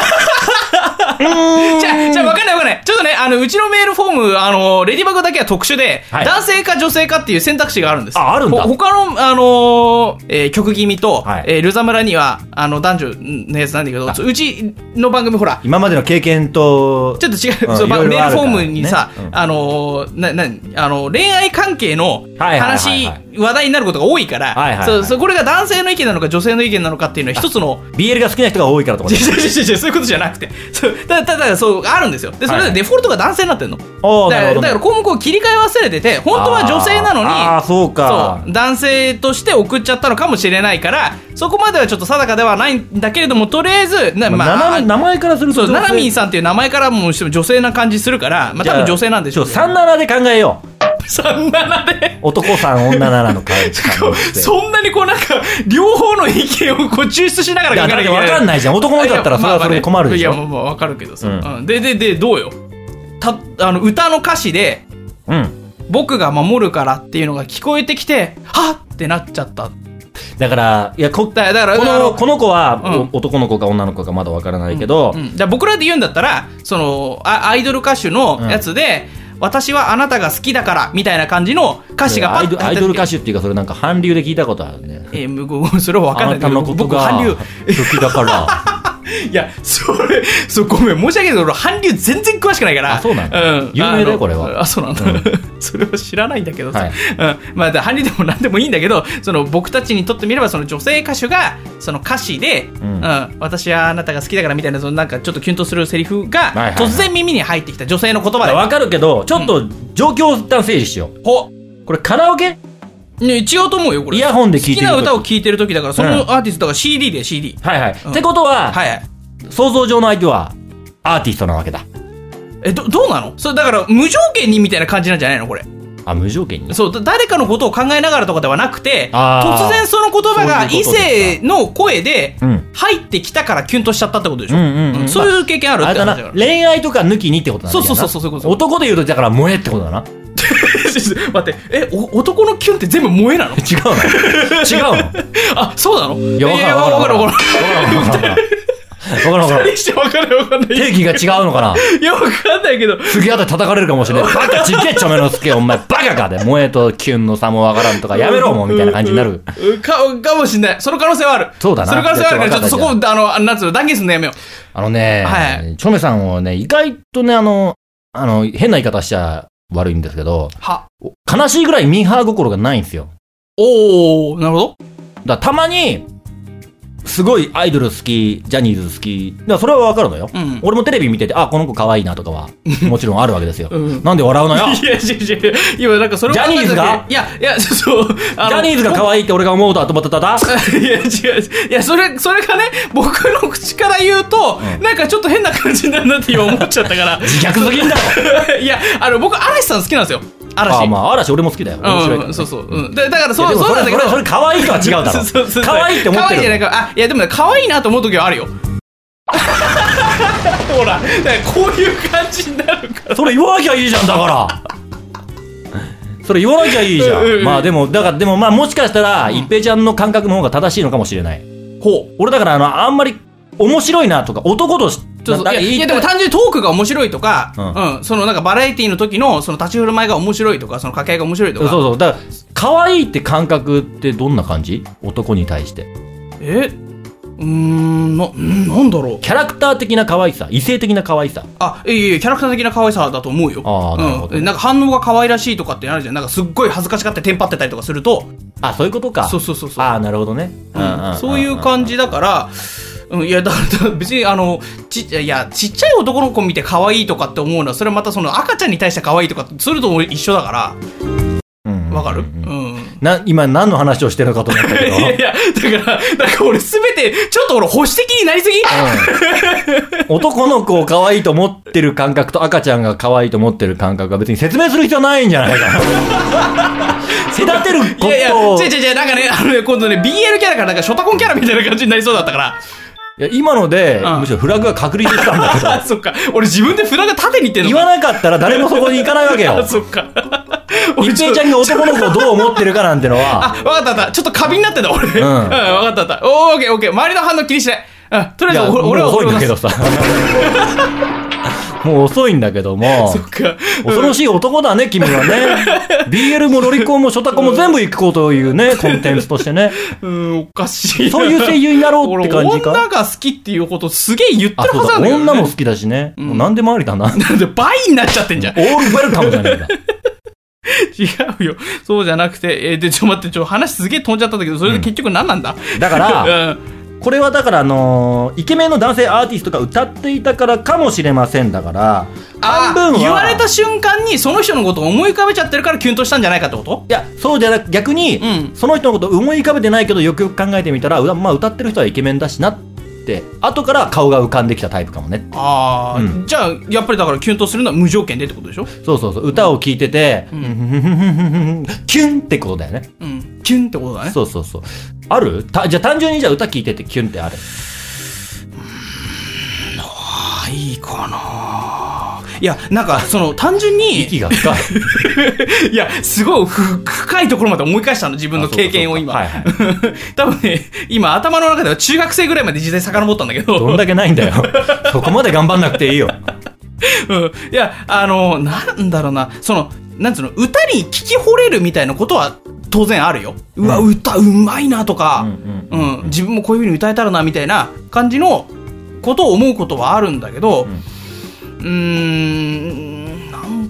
Speaker 1: じゃあ、じゃあ、わかんないわかんない。ちょっとね、あの、うちのメールフォーム、あの、レディバグだけは特殊で、
Speaker 2: はい
Speaker 1: 男性か女性かっていう選択肢があるんです。
Speaker 2: ああるんだ
Speaker 1: ほ他の、あのーえー曲気味と、
Speaker 2: はい
Speaker 1: えールザ村には、あの、男女のやつなんだけど、うちの番組ほら、
Speaker 2: 今までの経験と、
Speaker 1: ちょっと違う、
Speaker 2: うん
Speaker 1: そう
Speaker 2: いろいろ
Speaker 1: メー
Speaker 2: あ
Speaker 1: ル
Speaker 2: る
Speaker 1: フ
Speaker 2: から
Speaker 1: ォームにさ、
Speaker 2: ねうん
Speaker 1: あのーな、な、あの、恋愛関係の
Speaker 2: はいはいはい
Speaker 1: 話、
Speaker 2: はい
Speaker 1: 話題になることが多いか
Speaker 2: は
Speaker 1: ら、
Speaker 2: いはいはい
Speaker 1: そうそうこれが男性の意見なのか女性の意見なのかっていうのは一つの、
Speaker 2: BL が好きな人が多いからとか
Speaker 1: 違う。違う違う違うそういうことじゃなくて、そうただ、ただ、そう、あるんですよ。で、それ
Speaker 2: はいは
Speaker 1: で
Speaker 2: い
Speaker 1: デフォルトが男性になってんの。
Speaker 2: ああ、なるほど
Speaker 1: だからだ
Speaker 2: ね。
Speaker 1: から項目を切り替え忘れてて本当は女性なのに
Speaker 2: あーあーそうか
Speaker 1: そう男性として送っちゃったのかもしれないからそこまではちょっと定かではないんだけれどもとりあえずな、
Speaker 2: まあ
Speaker 1: まあ
Speaker 2: 名前名前からする
Speaker 1: そ
Speaker 2: と
Speaker 1: うナナミンさんっていう名前からもしても女性な感じするから、まあ、多分女性なんでしょう
Speaker 2: 三七で考えよう
Speaker 1: 37で。
Speaker 2: 男さん、女ならの感じ。
Speaker 1: こう そんなにこうなんか、両方の意見をこう抽出しながら
Speaker 2: だ
Speaker 1: 書
Speaker 2: っ
Speaker 1: かなきゃ
Speaker 2: て
Speaker 1: いけない。
Speaker 2: 分かんないじゃん。男の人だったらそれはそれで困るでし
Speaker 1: いや、
Speaker 2: ょ。
Speaker 1: まあまあわかるけどさ。
Speaker 2: うん
Speaker 1: うんで、で、で、どうよ。た、あの、歌の歌詞で、
Speaker 2: うん。
Speaker 1: 僕が守るからっていうのが聞こえてきて、はっってなっちゃった。
Speaker 2: だから、いや、こ
Speaker 1: だだから、
Speaker 2: こ
Speaker 1: あ
Speaker 2: のこの子は、
Speaker 1: うん
Speaker 2: お男の子か女の子かまだわからないけど、
Speaker 1: うん、だから僕らで言うんだったらそのあアイドル歌手のやつで、私はあなたが好きだからみたいな感じの歌詞が
Speaker 2: ア
Speaker 1: パ
Speaker 2: イ
Speaker 1: ッ
Speaker 2: ド
Speaker 1: と
Speaker 2: アイドル歌
Speaker 1: 手
Speaker 2: 手っていうかそれなんか韓流で聞いたことあるね
Speaker 1: えーむごめんそれは分かんない
Speaker 2: あなたのこと
Speaker 1: 僕
Speaker 2: が
Speaker 1: 韓流
Speaker 2: 好きだ から
Speaker 1: いやそれそうごめん申し訳ないけど俺韓流全然詳しくないから
Speaker 2: あそうなんだ
Speaker 1: うん、
Speaker 2: 有名だよ
Speaker 1: あの
Speaker 2: これは
Speaker 1: あそうなんだ、
Speaker 2: うん
Speaker 1: それは知らないんだけどさ、
Speaker 2: はい
Speaker 1: うん、まあで韓流でも何でもいいんだけどその僕たちにとってみればその女性歌手がその歌詞で、うんん私はあなたが好きだからみたいなそのなんかちょっとキュンとするセリフが、
Speaker 2: いはいはい
Speaker 1: 突然耳に入ってきた女性の言葉で
Speaker 2: わかるけどちょっと状況を一旦整理しよう
Speaker 1: ほ
Speaker 2: これカラオケ
Speaker 1: ね、違うと思うよ、これ。
Speaker 2: イヤホンで聴いてる
Speaker 1: 好きな
Speaker 2: 時
Speaker 1: 歌を聴いてる時だから、そ
Speaker 2: うん
Speaker 1: のアーティストが CD で CD。
Speaker 2: はいはい、
Speaker 1: うん
Speaker 2: ってことは、
Speaker 1: はいはい。
Speaker 2: 想像上の相手はアーティストなわけだ
Speaker 1: え、ど、どうなのそれだから、無条件にみたいな感じなんじゃないのこれ。
Speaker 2: あ無条件に
Speaker 1: そう、だ誰かのことを考えながらとかではなくて、
Speaker 2: あー
Speaker 1: 突然その言葉が
Speaker 2: そういう
Speaker 1: 異
Speaker 2: ことです
Speaker 1: 性の声で
Speaker 2: うん
Speaker 1: 入ってきたからキュンとしちゃったってことでし
Speaker 2: う
Speaker 1: ょ
Speaker 2: んうんうん
Speaker 1: そういう経験あるっ
Speaker 2: あれだ
Speaker 1: て話だ
Speaker 2: な
Speaker 1: から。
Speaker 2: 恋愛とか抜きにってことなんだよな
Speaker 1: そうそうそうそうそういうこと
Speaker 2: 男で言うとだから萌えってことだな
Speaker 1: 待って、え、お男のキュンって全部萌 えなの
Speaker 2: 違うの違う の
Speaker 1: あ、そうなの
Speaker 2: いやわからんわからん
Speaker 1: えー
Speaker 2: わ
Speaker 1: わか
Speaker 2: からんわからんわからんわからんわから
Speaker 1: る。
Speaker 2: ん
Speaker 1: にしてわかるわ かんない。
Speaker 2: 定義が違うのかない
Speaker 1: や、わかんないけど、
Speaker 2: 次あたり叩かれるかもしれない。バカちげえちょめのすけ、お前バカかで。萌えとキュンの差もわからんとか、やめろもうみたいな感じになる。
Speaker 1: うんか、かもしんない。その可能性はある。
Speaker 2: そうだな
Speaker 1: その可能性はあるから、ちょっとそこ、
Speaker 2: ちょ
Speaker 1: あの、あのなんつうの、断言するのやめよ
Speaker 2: あのね、
Speaker 1: は
Speaker 2: ちょめさんをね、意外とね、あの、あの、変な言い方しちゃ悪いんですけど、
Speaker 1: う。は。
Speaker 2: お悲しいぐらいミーハー心がないんですよ。
Speaker 1: おー、なるほど。
Speaker 2: だからたまに、すごいアイドル好き、ジャニーズ好き、だからそれはわかるのよ。
Speaker 1: うん
Speaker 2: 俺もテレビ見てて、あ、この子可愛いなとかは、もちろんあるわけですよ。
Speaker 1: うん
Speaker 2: なんで笑うのよ
Speaker 1: いや、違う違う違う。今、なんかそれを
Speaker 2: ジャニーズが
Speaker 1: 考えた時いや、いや、そう。ジ
Speaker 2: ジャニーズが可愛いって俺が思うとはと思ったら、
Speaker 1: いや、違う。いや、それ、それがね、僕の口から言うと、なんかちょっと変な感じになるなって今思っちゃったから。
Speaker 2: 自虐すぎんだろ
Speaker 1: いや、あの、僕、嵐さん好きなんですよ。
Speaker 2: あ
Speaker 1: 嵐。
Speaker 2: まあ、嵐俺も好きだよ。面白い、
Speaker 1: うんうん、そうそう。うん。だだから、そう、
Speaker 2: いやでも
Speaker 1: そうなんだけど
Speaker 2: それ、それ可愛いとは違うだろ
Speaker 1: そうそうそう
Speaker 2: 可愛いって思って
Speaker 1: 可
Speaker 2: る
Speaker 1: 愛いじゃないかあいやでもね可愛いなと思う時はあるよ ほらだからこういう感じになるから
Speaker 2: それ言わなきゃいいじゃんだからそれ言わなきゃいいじゃ
Speaker 1: うんうん
Speaker 2: ん
Speaker 1: うん
Speaker 2: まあでもだからでもまあもしかしたら一平ちゃんの感覚の方が正しいのかもしれない
Speaker 1: ほう
Speaker 2: 俺だからあのあんまり面白いなとか男とし
Speaker 1: ちょっと
Speaker 2: ないん
Speaker 1: や
Speaker 2: か言
Speaker 1: い
Speaker 2: い
Speaker 1: や
Speaker 2: た
Speaker 1: で
Speaker 2: い
Speaker 1: も単純にトークが面白いとか、
Speaker 2: う
Speaker 1: うんそのなんかバラエティの時のその立ち振る舞いが面白いとかその掛け合いが面白いと
Speaker 2: そう
Speaker 1: か
Speaker 2: そうだから可愛いって感覚ってどんな感じ男に対して
Speaker 1: えうーんなうんなんだろう
Speaker 2: キャラクター的な可愛さ異性的な可愛さ
Speaker 1: あいやいやキャラクター的な可愛さだと思うよ
Speaker 2: あーなるほど
Speaker 1: うん、なんか反応が可愛らしいとかってなるじゃんなんかすっごい恥ずかしがってテンパってたりとかすると
Speaker 2: あそういうことか
Speaker 1: そうそうそうそう
Speaker 2: ああなるほどね、うんんんん
Speaker 1: そういう感じだから、うん、いや、だから別に、あの、ちっちゃい、いや、ちっちゃい男の子見て可愛いとかって思うのは、それはまたその赤ちゃんに対して可愛いとか、それとも一緒だか
Speaker 2: うんうんうん
Speaker 1: ら、わかるうん。
Speaker 2: な今何の話をしてるのかと思ったけ
Speaker 1: い
Speaker 2: ど
Speaker 1: やいや、だから、なんか俺すべて、ちょっと俺保守的になりすぎ
Speaker 2: うん男の子を可愛いと思ってる感覚と赤ちゃんが可愛いと思ってる感覚は別に説明する必要ないんじゃないか な。隔てるこ
Speaker 1: いやいや、
Speaker 2: とを
Speaker 1: 違う違う違う、なんかね、あのね、今度ね、BL キャラからなんかショタコンキャラみたいな感じになりそうだったから。
Speaker 2: いや今ので、
Speaker 1: うん
Speaker 2: むしろフラグが確立したんだけ
Speaker 1: あ、 そっか。俺自分で札が縦にいってん
Speaker 2: ど、
Speaker 1: の
Speaker 2: 言
Speaker 1: か
Speaker 2: わなかったら誰もそこに行かないわけよ
Speaker 1: あ、。 そっか。
Speaker 2: 一
Speaker 1: ちょ
Speaker 2: 平ちゃんが男の子をどう思ってるかなんてのは、
Speaker 1: あ、わかったわかった。ちょっと過敏になってた、 俺。うん、わかったわかった。おーオッケーオッケー。周りの反応気にしない。うん、とり
Speaker 2: い
Speaker 1: あえ
Speaker 2: や
Speaker 1: ず、
Speaker 2: もう
Speaker 1: お俺は
Speaker 2: 遅いんだ
Speaker 1: 俺は
Speaker 2: けどさ。 もう遅いんだけども
Speaker 1: そっ、か。
Speaker 2: 恐ろしい男だね、君は ね。BL もロリコンもショタコンも全部行こうというね、コンテンツとしてね。
Speaker 1: うん、おかしい。
Speaker 2: そういう声
Speaker 1: 優
Speaker 2: 優になろうって感じか。
Speaker 1: 俺、女が好きっていうことすげえ言って
Speaker 2: あ、
Speaker 1: る
Speaker 2: そ
Speaker 1: は
Speaker 2: う
Speaker 1: ずな
Speaker 2: だ、
Speaker 1: んだけど、ね。
Speaker 2: 女も好きだしね。もう何でもありだ な。
Speaker 1: なんで倍になっちゃってんじゃん。
Speaker 2: オールウェルカムじゃねえか。
Speaker 1: 違うよ。そうじゃなくて、えーで、ちょ、待って、ちょ、話すげえ飛んじゃったんだけど、それで結局何なんだ、
Speaker 2: だから、
Speaker 1: うん。
Speaker 2: これはだからあのーイケメンの男性アーティストが歌っていたからかもしれませんだから、
Speaker 1: あ
Speaker 2: 半分は。
Speaker 1: 言われた
Speaker 2: い
Speaker 1: 瞬間にその人のことを思い浮かべちゃってるからキュンとしたんじゃないかってこと
Speaker 2: や、そうじゃなく、逆に、
Speaker 1: うん
Speaker 2: その人のこと思い浮かべてないけど、よくよく考えてみたら、うわまあ歌ってる人はイケメンだしなっって後から顔が浮かんできたタイプかもね
Speaker 1: ああ、
Speaker 2: うん
Speaker 1: じゃあやっぱりだからキュンとするのは無条件でってことでしょ、
Speaker 2: そうそうそう歌を聴いてて、
Speaker 1: うん
Speaker 2: キュンってことだよね
Speaker 1: うん、キュンってことだね
Speaker 2: そうそうそうあるたじゃあ単純にじゃあ歌聴いててキュンってある
Speaker 1: ああいいかないやなんかその単純に
Speaker 2: 息が深い
Speaker 1: いや、すごいふ深いところまで思い返したの、自分の経験を今。
Speaker 2: あそうか
Speaker 1: 多分ね、今頭の中では中学生ぐらいまで時代遡ったんだけ
Speaker 2: どん
Speaker 1: ど、
Speaker 2: だけないん だよそこまで頑張んなくていいよ
Speaker 1: うんいや、あの、なんだろうな、その、なんつうの、歌に聞き惚れるみたいなことは当然あるよ。うわ、
Speaker 2: う
Speaker 1: 歌うまいなとか、
Speaker 2: う
Speaker 1: うん
Speaker 2: うん
Speaker 1: ん、自分もこういう風に歌えたらな、みたいな感じのことを思うことはあるんだけど、うーん、なん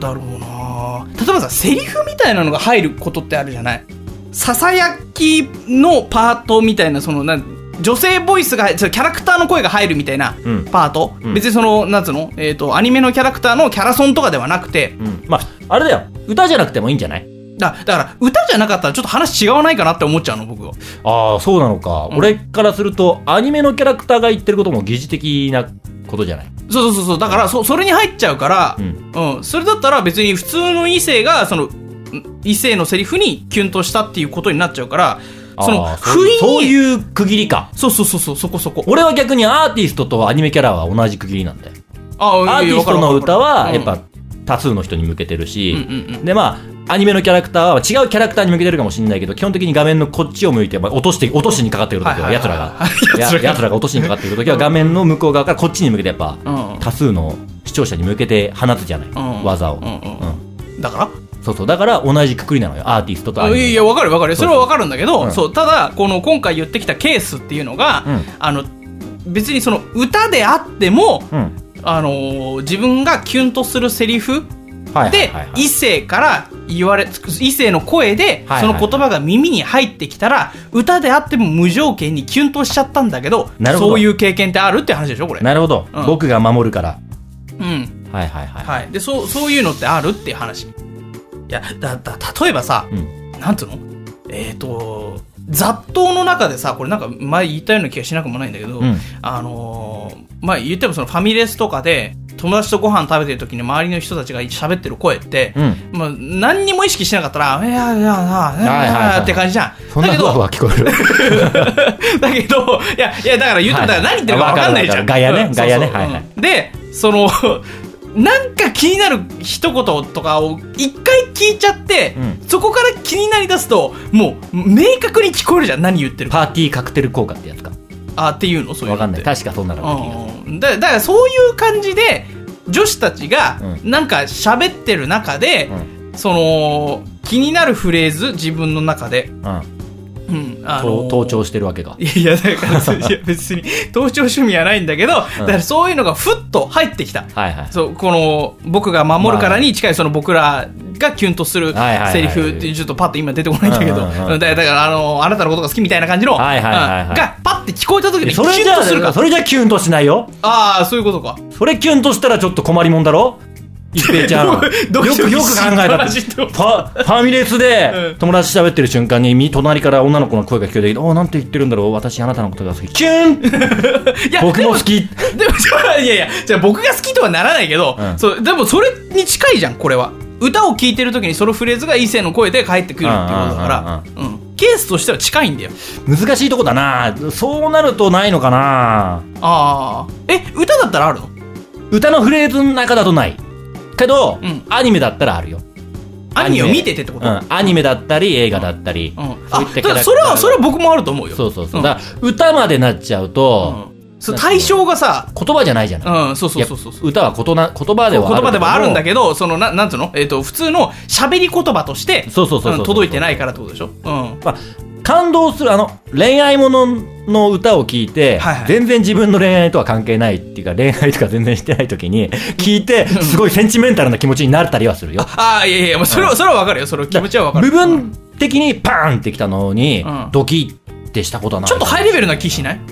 Speaker 1: だろうな例えばさ、セリフみたいなのが入ることってあるじゃないささやきのパートみたいな、その、なん女性ボイスが、そのキャラクターの声が入るみたいな
Speaker 2: うん
Speaker 1: パート。
Speaker 2: うん
Speaker 1: 別にその、なんつうのえっ、と、アニメのキャラクターのキャラソンとかではなくて、
Speaker 2: うんまああれだよ歌じゃなくてもいいんじゃない
Speaker 1: だだから、歌じゃなかったらちょっと話違わないかなって思っちゃうの、僕は。
Speaker 2: ああそうなのか、
Speaker 1: うん
Speaker 2: 俺からするとアニメのキャラクターが言ってることも疑似的なことじゃない
Speaker 1: そうそうそうそう、だから、そ、それに入っちゃうから、
Speaker 2: うん
Speaker 1: うん、それだったら別に普通の異性がそのん異性のセリフにキュンとしたっていうことになっちゃうからその
Speaker 2: あー
Speaker 1: 不意に
Speaker 2: そういう区切りか
Speaker 1: そうそうそうそうそこそこ
Speaker 2: 俺は逆にアーティストとアニメキャラは同じ区切りなんだよ
Speaker 1: あ
Speaker 2: アーティストの歌はやっ、
Speaker 1: いい
Speaker 2: ぱ多数の人に向けてるし、
Speaker 1: いいわかるわかるうんうんうん
Speaker 2: でまあアニメのキャラクターは違うキャラクターに向けてるかもしれないけど基本的に画面のこっちを向いて、まあ、落として落としにかかってくる時は
Speaker 1: はい
Speaker 2: や
Speaker 1: はい
Speaker 2: つ
Speaker 1: は
Speaker 2: ら
Speaker 1: い
Speaker 2: が
Speaker 1: はい
Speaker 2: や
Speaker 1: 奴らが
Speaker 2: やつらが落としにかかってくる時は画面の向こう側からこっちに向けてやっぱ
Speaker 1: うん
Speaker 2: 多数の視聴者に向けて放つじゃない、
Speaker 1: うん
Speaker 2: 技を、
Speaker 1: うんうん
Speaker 2: うん
Speaker 1: だから
Speaker 2: そうそう、だから同じくくりなのよ、アーティストとアニ
Speaker 1: い
Speaker 2: メ。
Speaker 1: やいや分かる分かるそれは分かるんだけど
Speaker 2: うん
Speaker 1: そうただこの今回言ってきたケースっていうのが、
Speaker 2: うん
Speaker 1: あの別にその歌であっても、
Speaker 2: うん。
Speaker 1: あのー自分がキュンとするセリフ
Speaker 2: はいはい
Speaker 1: で
Speaker 2: はいはい。
Speaker 1: 異性から言われ異性の声で
Speaker 2: はいはい
Speaker 1: その言葉が耳に入ってきたら歌であっても無条件にキュンとしちゃったんだけど
Speaker 2: なるほど
Speaker 1: そういう経験ってあるって話でしょこれ
Speaker 2: なるほど、
Speaker 1: うん
Speaker 2: 僕が守るから。
Speaker 1: うん
Speaker 2: はいはいはい。
Speaker 1: はいでそうそういうのってあるっていう話いやだだ例えばさ
Speaker 2: うん。
Speaker 1: なんつうのえっ、と雑踏の中でさこれなんか前言ったような気がしなくもないんだけど、
Speaker 2: うん
Speaker 1: あのーまあ言ってもそのファミレスとかで友達とご飯食べてる時に周りの人たちが喋ってる声って、
Speaker 2: うん。
Speaker 1: まあ、何にも意識しなかったら、いやいやいやいや
Speaker 2: はいはいはい
Speaker 1: って感じじゃ
Speaker 2: そ
Speaker 1: ん。
Speaker 2: ん
Speaker 1: だ
Speaker 2: な
Speaker 1: け
Speaker 2: ふわふ
Speaker 1: ど、
Speaker 2: わ聞こえる。
Speaker 1: だけど、いや、いや、だから言ってもだから何言ってるか分かんないじゃん。
Speaker 2: わかるわかる
Speaker 1: うん
Speaker 2: ガヤね
Speaker 1: そうそう
Speaker 2: ガヤねはいはい
Speaker 1: うんで、その、 なんか気になる一言とかを一回聞いちゃって、
Speaker 2: うん
Speaker 1: そこから気になりだすと、もう明確に聞こえるじゃん、何言ってるか。
Speaker 2: パーティーカクテル効果ってやつか。
Speaker 1: あっていうのそうい
Speaker 2: わ
Speaker 1: うの
Speaker 2: か
Speaker 1: っ
Speaker 2: んな
Speaker 1: て
Speaker 2: い。確かそんなのが聞い
Speaker 1: うんだだからそういう感じで女子たちが
Speaker 2: う
Speaker 1: なんか喋ってる中で、その気になるフレーズ自分の中で、
Speaker 2: たうん。
Speaker 1: うんあ
Speaker 2: と
Speaker 1: の
Speaker 2: 盗聴してるわけか。
Speaker 1: いやいやだか らそういや別に盗聴趣味はないんだけど、だからそういうのがふっと入ってきた。
Speaker 2: はいはい。
Speaker 1: そうこの僕が守るからに近いその僕らがキュンとす
Speaker 2: は
Speaker 1: る
Speaker 2: いはいはい
Speaker 1: セリフっていうちょっとパッと今出てこないんだけど
Speaker 2: うんうんうん
Speaker 1: だだからあのあなたのことが好きみたいな感じの、
Speaker 2: はいはいはいはい
Speaker 1: うんがパッて聞こえた時にキュ
Speaker 2: それ
Speaker 1: ン
Speaker 2: じゃ
Speaker 1: とするか
Speaker 2: あ、
Speaker 1: ら
Speaker 2: それじゃキュンとしないよ。
Speaker 1: ああそういうことか
Speaker 2: それキュンとしたらちょっと困りもんだろ一平ちゃん。よ
Speaker 1: どうどう
Speaker 2: くよく考えた
Speaker 1: 話
Speaker 2: っ
Speaker 1: と
Speaker 2: てパファミレスで
Speaker 1: うん
Speaker 2: 友達と喋ってる瞬間にみ隣から女の子の声が聞こえてきて、おーなんて言ってるんだろう私あなたのことが好き。キュン
Speaker 1: いや
Speaker 2: 僕も好き。
Speaker 1: でもそういやいやじゃあ僕が好きとはならないけど、
Speaker 2: うん
Speaker 1: そうでもそれに近いじゃんこれは歌を聴いてる時にそのフレーズが異性の声で返ってくるっていうことだから、うん、ケースとしては近いんだよ
Speaker 2: 難しいとこだなそうなるとないのかな
Speaker 1: ああえ歌だったらあるの
Speaker 2: 歌のフレーズの中だとないけど、
Speaker 1: うん
Speaker 2: アニメだったらあるよ、
Speaker 1: アニメを
Speaker 2: アニメ
Speaker 1: 見ててってこ
Speaker 2: う
Speaker 1: と、うん
Speaker 2: ん、アニメだったり映画だったり、そ
Speaker 1: あ
Speaker 2: ういったキャ
Speaker 1: だ
Speaker 2: ラ
Speaker 1: か
Speaker 2: クター
Speaker 1: らそれはそれは僕もあると思うよ
Speaker 2: そうそうそう、
Speaker 1: ん
Speaker 2: だから歌までなっちゃうと、
Speaker 1: うんそう対象がさ
Speaker 2: 言葉じゃないじゃない、
Speaker 1: うんそうそうそうそう
Speaker 2: いや歌はことな言葉で
Speaker 1: 言
Speaker 2: はある
Speaker 1: 葉ではあるんだ
Speaker 2: ど
Speaker 1: けど、その、ななんつうのえっ、と、普通の喋り言葉として、
Speaker 2: そうそうそうそう
Speaker 1: うん届いてないからってことでしょうん。
Speaker 2: まあ感動するあの恋愛ものの歌を聞いて、
Speaker 1: はいはい
Speaker 2: 全然自分の恋愛とは関係ないっていうか恋愛とか全然してない時に聞いてすごいセンチメンタルな気持ちになったりはするよ
Speaker 1: ああ、いやいや、まあ、それは、それはわかるよ。それは気持ちはわかる。
Speaker 2: 部分的にパーンってきたのに、
Speaker 1: うん
Speaker 2: ドキってしたことはない
Speaker 1: ちょっとハイレベルな気しない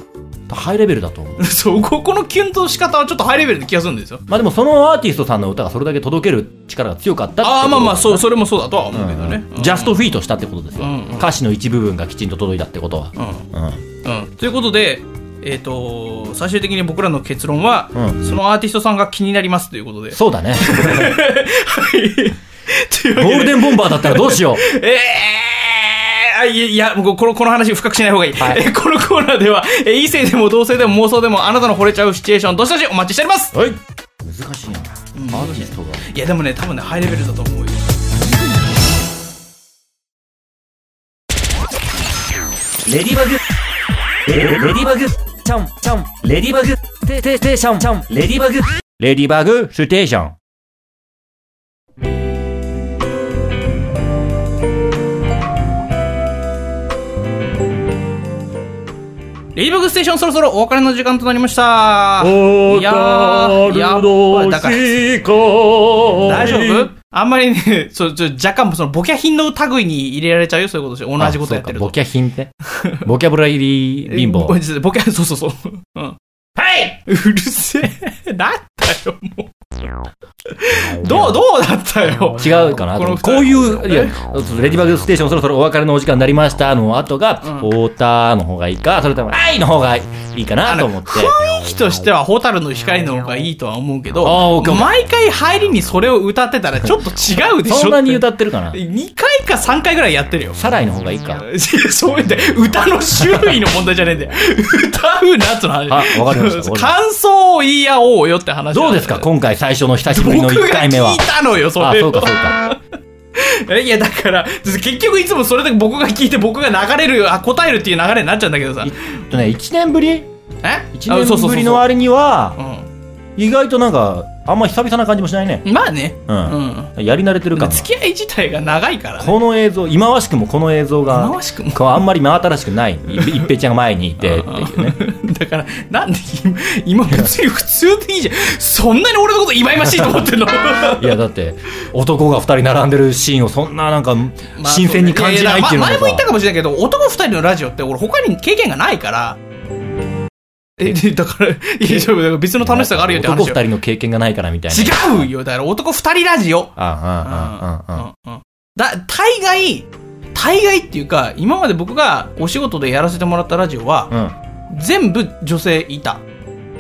Speaker 2: ハイレベルだと思う
Speaker 1: そう、ここのキュンと仕方はちょっとハイレベルな気がするんですよ。
Speaker 2: まあでもそのアーティストさんの歌がそれだけ届ける力が強かったってこと
Speaker 1: ああ、まあまあ、そう、
Speaker 2: う
Speaker 1: それもそうだとは思うけどね。
Speaker 2: ジャストフィートしたってことですよ、
Speaker 1: うんうん
Speaker 2: 歌詞の一部分がきちんと届いたってことは
Speaker 1: うん。
Speaker 2: うん、
Speaker 1: うん。ということで、えっ、と最終的に僕らの結論は、
Speaker 2: うん
Speaker 1: そのアーティストさんが気になりますという ことで。
Speaker 2: そうだね。
Speaker 1: はい。という
Speaker 2: ゴ
Speaker 1: わけ
Speaker 2: ールデンボンバーだったらどうしよう。
Speaker 1: えーあいやいや、もうこの、この話深くしない方がいい。
Speaker 2: はい
Speaker 1: えーこのコーナーでは、えー異性でも同性でも妄想でもあなたの惚れちゃうシチュエーション、どしどしお待ちしており ます
Speaker 2: はい。難しいな。アーティストが。
Speaker 1: いや、でもね、多分ね、ハイレベルだと思うよ。
Speaker 2: レディバグ。レディバグ。ちゃん、ちゃん。レディバグ。て、て、て、シャン、ちゃん。レディバグ。レディバグ、ステーション。
Speaker 1: レイバグステーションそろそろお別れの時間となりました。いやー、やっぱだから、大丈夫あんまりね、 そう、ちょ、若干、その、ボキャ品の類に入れられちゃうよ、そういうことでしょ。同じことやってる
Speaker 2: あそうかボ
Speaker 1: と。
Speaker 2: キャ品ね。 ボキャブラリー貧
Speaker 1: えごめ
Speaker 2: 乏
Speaker 1: ん。なさいボキャ、そう そうそう。うん。はいうるせえ。なんだよ、もう。どう、どうだったよ。
Speaker 2: 違うかな
Speaker 1: この二人
Speaker 2: こういう、いや、レディバグステーションそろそろお別れのお時間になりましたの後が、
Speaker 1: うん
Speaker 2: 太田の方がいいか、それとも、愛の方がいいかなと思って。
Speaker 1: 雰囲気としては、ホタルの光の方がいいとは思うけ
Speaker 2: あー
Speaker 1: ど
Speaker 2: オッ、ケーオッケー
Speaker 1: 毎回入りにそれを歌ってたら、ちょっと違うでしょ
Speaker 2: そんなに歌
Speaker 1: っ
Speaker 2: ってるかな
Speaker 1: て。2回か3回ぐらいやってるよ。
Speaker 2: サライの方がいいか。
Speaker 1: いやそういうんだよ歌の種類の問題じゃねえんだよ。歌うなっつうの話。
Speaker 2: あわかりました
Speaker 1: 感想を言い合おうよって話。
Speaker 2: どうですか今回最初の久しぶりの
Speaker 1: 僕が
Speaker 2: 1回目は
Speaker 1: 聞い。たのよ、そ
Speaker 2: あ、
Speaker 1: れ
Speaker 2: そ
Speaker 1: を
Speaker 2: うかそうか。
Speaker 1: えいや、だから、結局いつもそれで僕が聞いて僕が流れる、あ、答えるっていう流れになっちゃうんだけどさ。
Speaker 2: え
Speaker 1: え
Speaker 2: っとね、1年ぶり ?1
Speaker 1: そう
Speaker 2: 年ぶ
Speaker 1: そうそう
Speaker 2: り
Speaker 1: そう
Speaker 2: の割には、
Speaker 1: う
Speaker 2: 意外となんか、あんま久々な感じもしないね。
Speaker 1: ん。まあね。
Speaker 2: う。
Speaker 1: うんん。
Speaker 2: やり慣れてるかも。
Speaker 1: 付き合い自体が長いからね。
Speaker 2: この映像、今ましくもこの映像が、
Speaker 1: 今ましくも
Speaker 2: こうあんまり真新しくない。い一平ちゃんが前にいて、っていうね。
Speaker 1: だから、なんで今、今別に普通でいいじゃん。そんなに俺のこと忌々しいと思ってんの
Speaker 2: いや、だって、男が2人並んでるシーンをそんななんか、新鮮に感じないっていうの
Speaker 1: ややだからま前も言った
Speaker 2: が
Speaker 1: かもしれないけど男二人のラジオって俺他に経験がないから えでだからいやだから別の
Speaker 2: さ、
Speaker 1: 楽しさがあるよって
Speaker 2: 男
Speaker 1: 話よ
Speaker 2: 2人の経験がないからみたいな。
Speaker 1: 違うよだから男二人ラジオ
Speaker 2: ああ、ああ、ああ、ああ。
Speaker 1: うんうんだ大概大概っていうか今まで僕がお仕事でやらせてもらったラジオは
Speaker 2: うん。
Speaker 1: 全部女性いた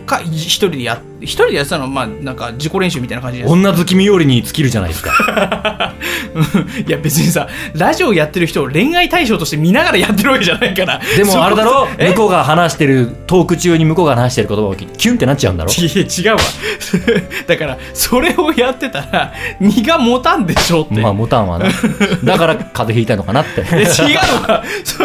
Speaker 1: かい一人でや一人でやってたのはまあなんか自己練習みたいな感じです
Speaker 2: 女好きみよりに尽きるじゃないですか。
Speaker 1: うん いや別にさラジオやってる人を恋愛対象として見ながらやってるわけじゃないから
Speaker 2: でもあれだろ
Speaker 1: え
Speaker 2: 向こうが話してる、トーク中に向こうが話してる言葉を聞いてキュンってなっちゃうんだろ
Speaker 1: いや違うわ だからそれをやってたら荷が持たんでしょって、
Speaker 2: まあ、ボタンはな。だから風邪ひいたのかなって。
Speaker 1: え違うわ そ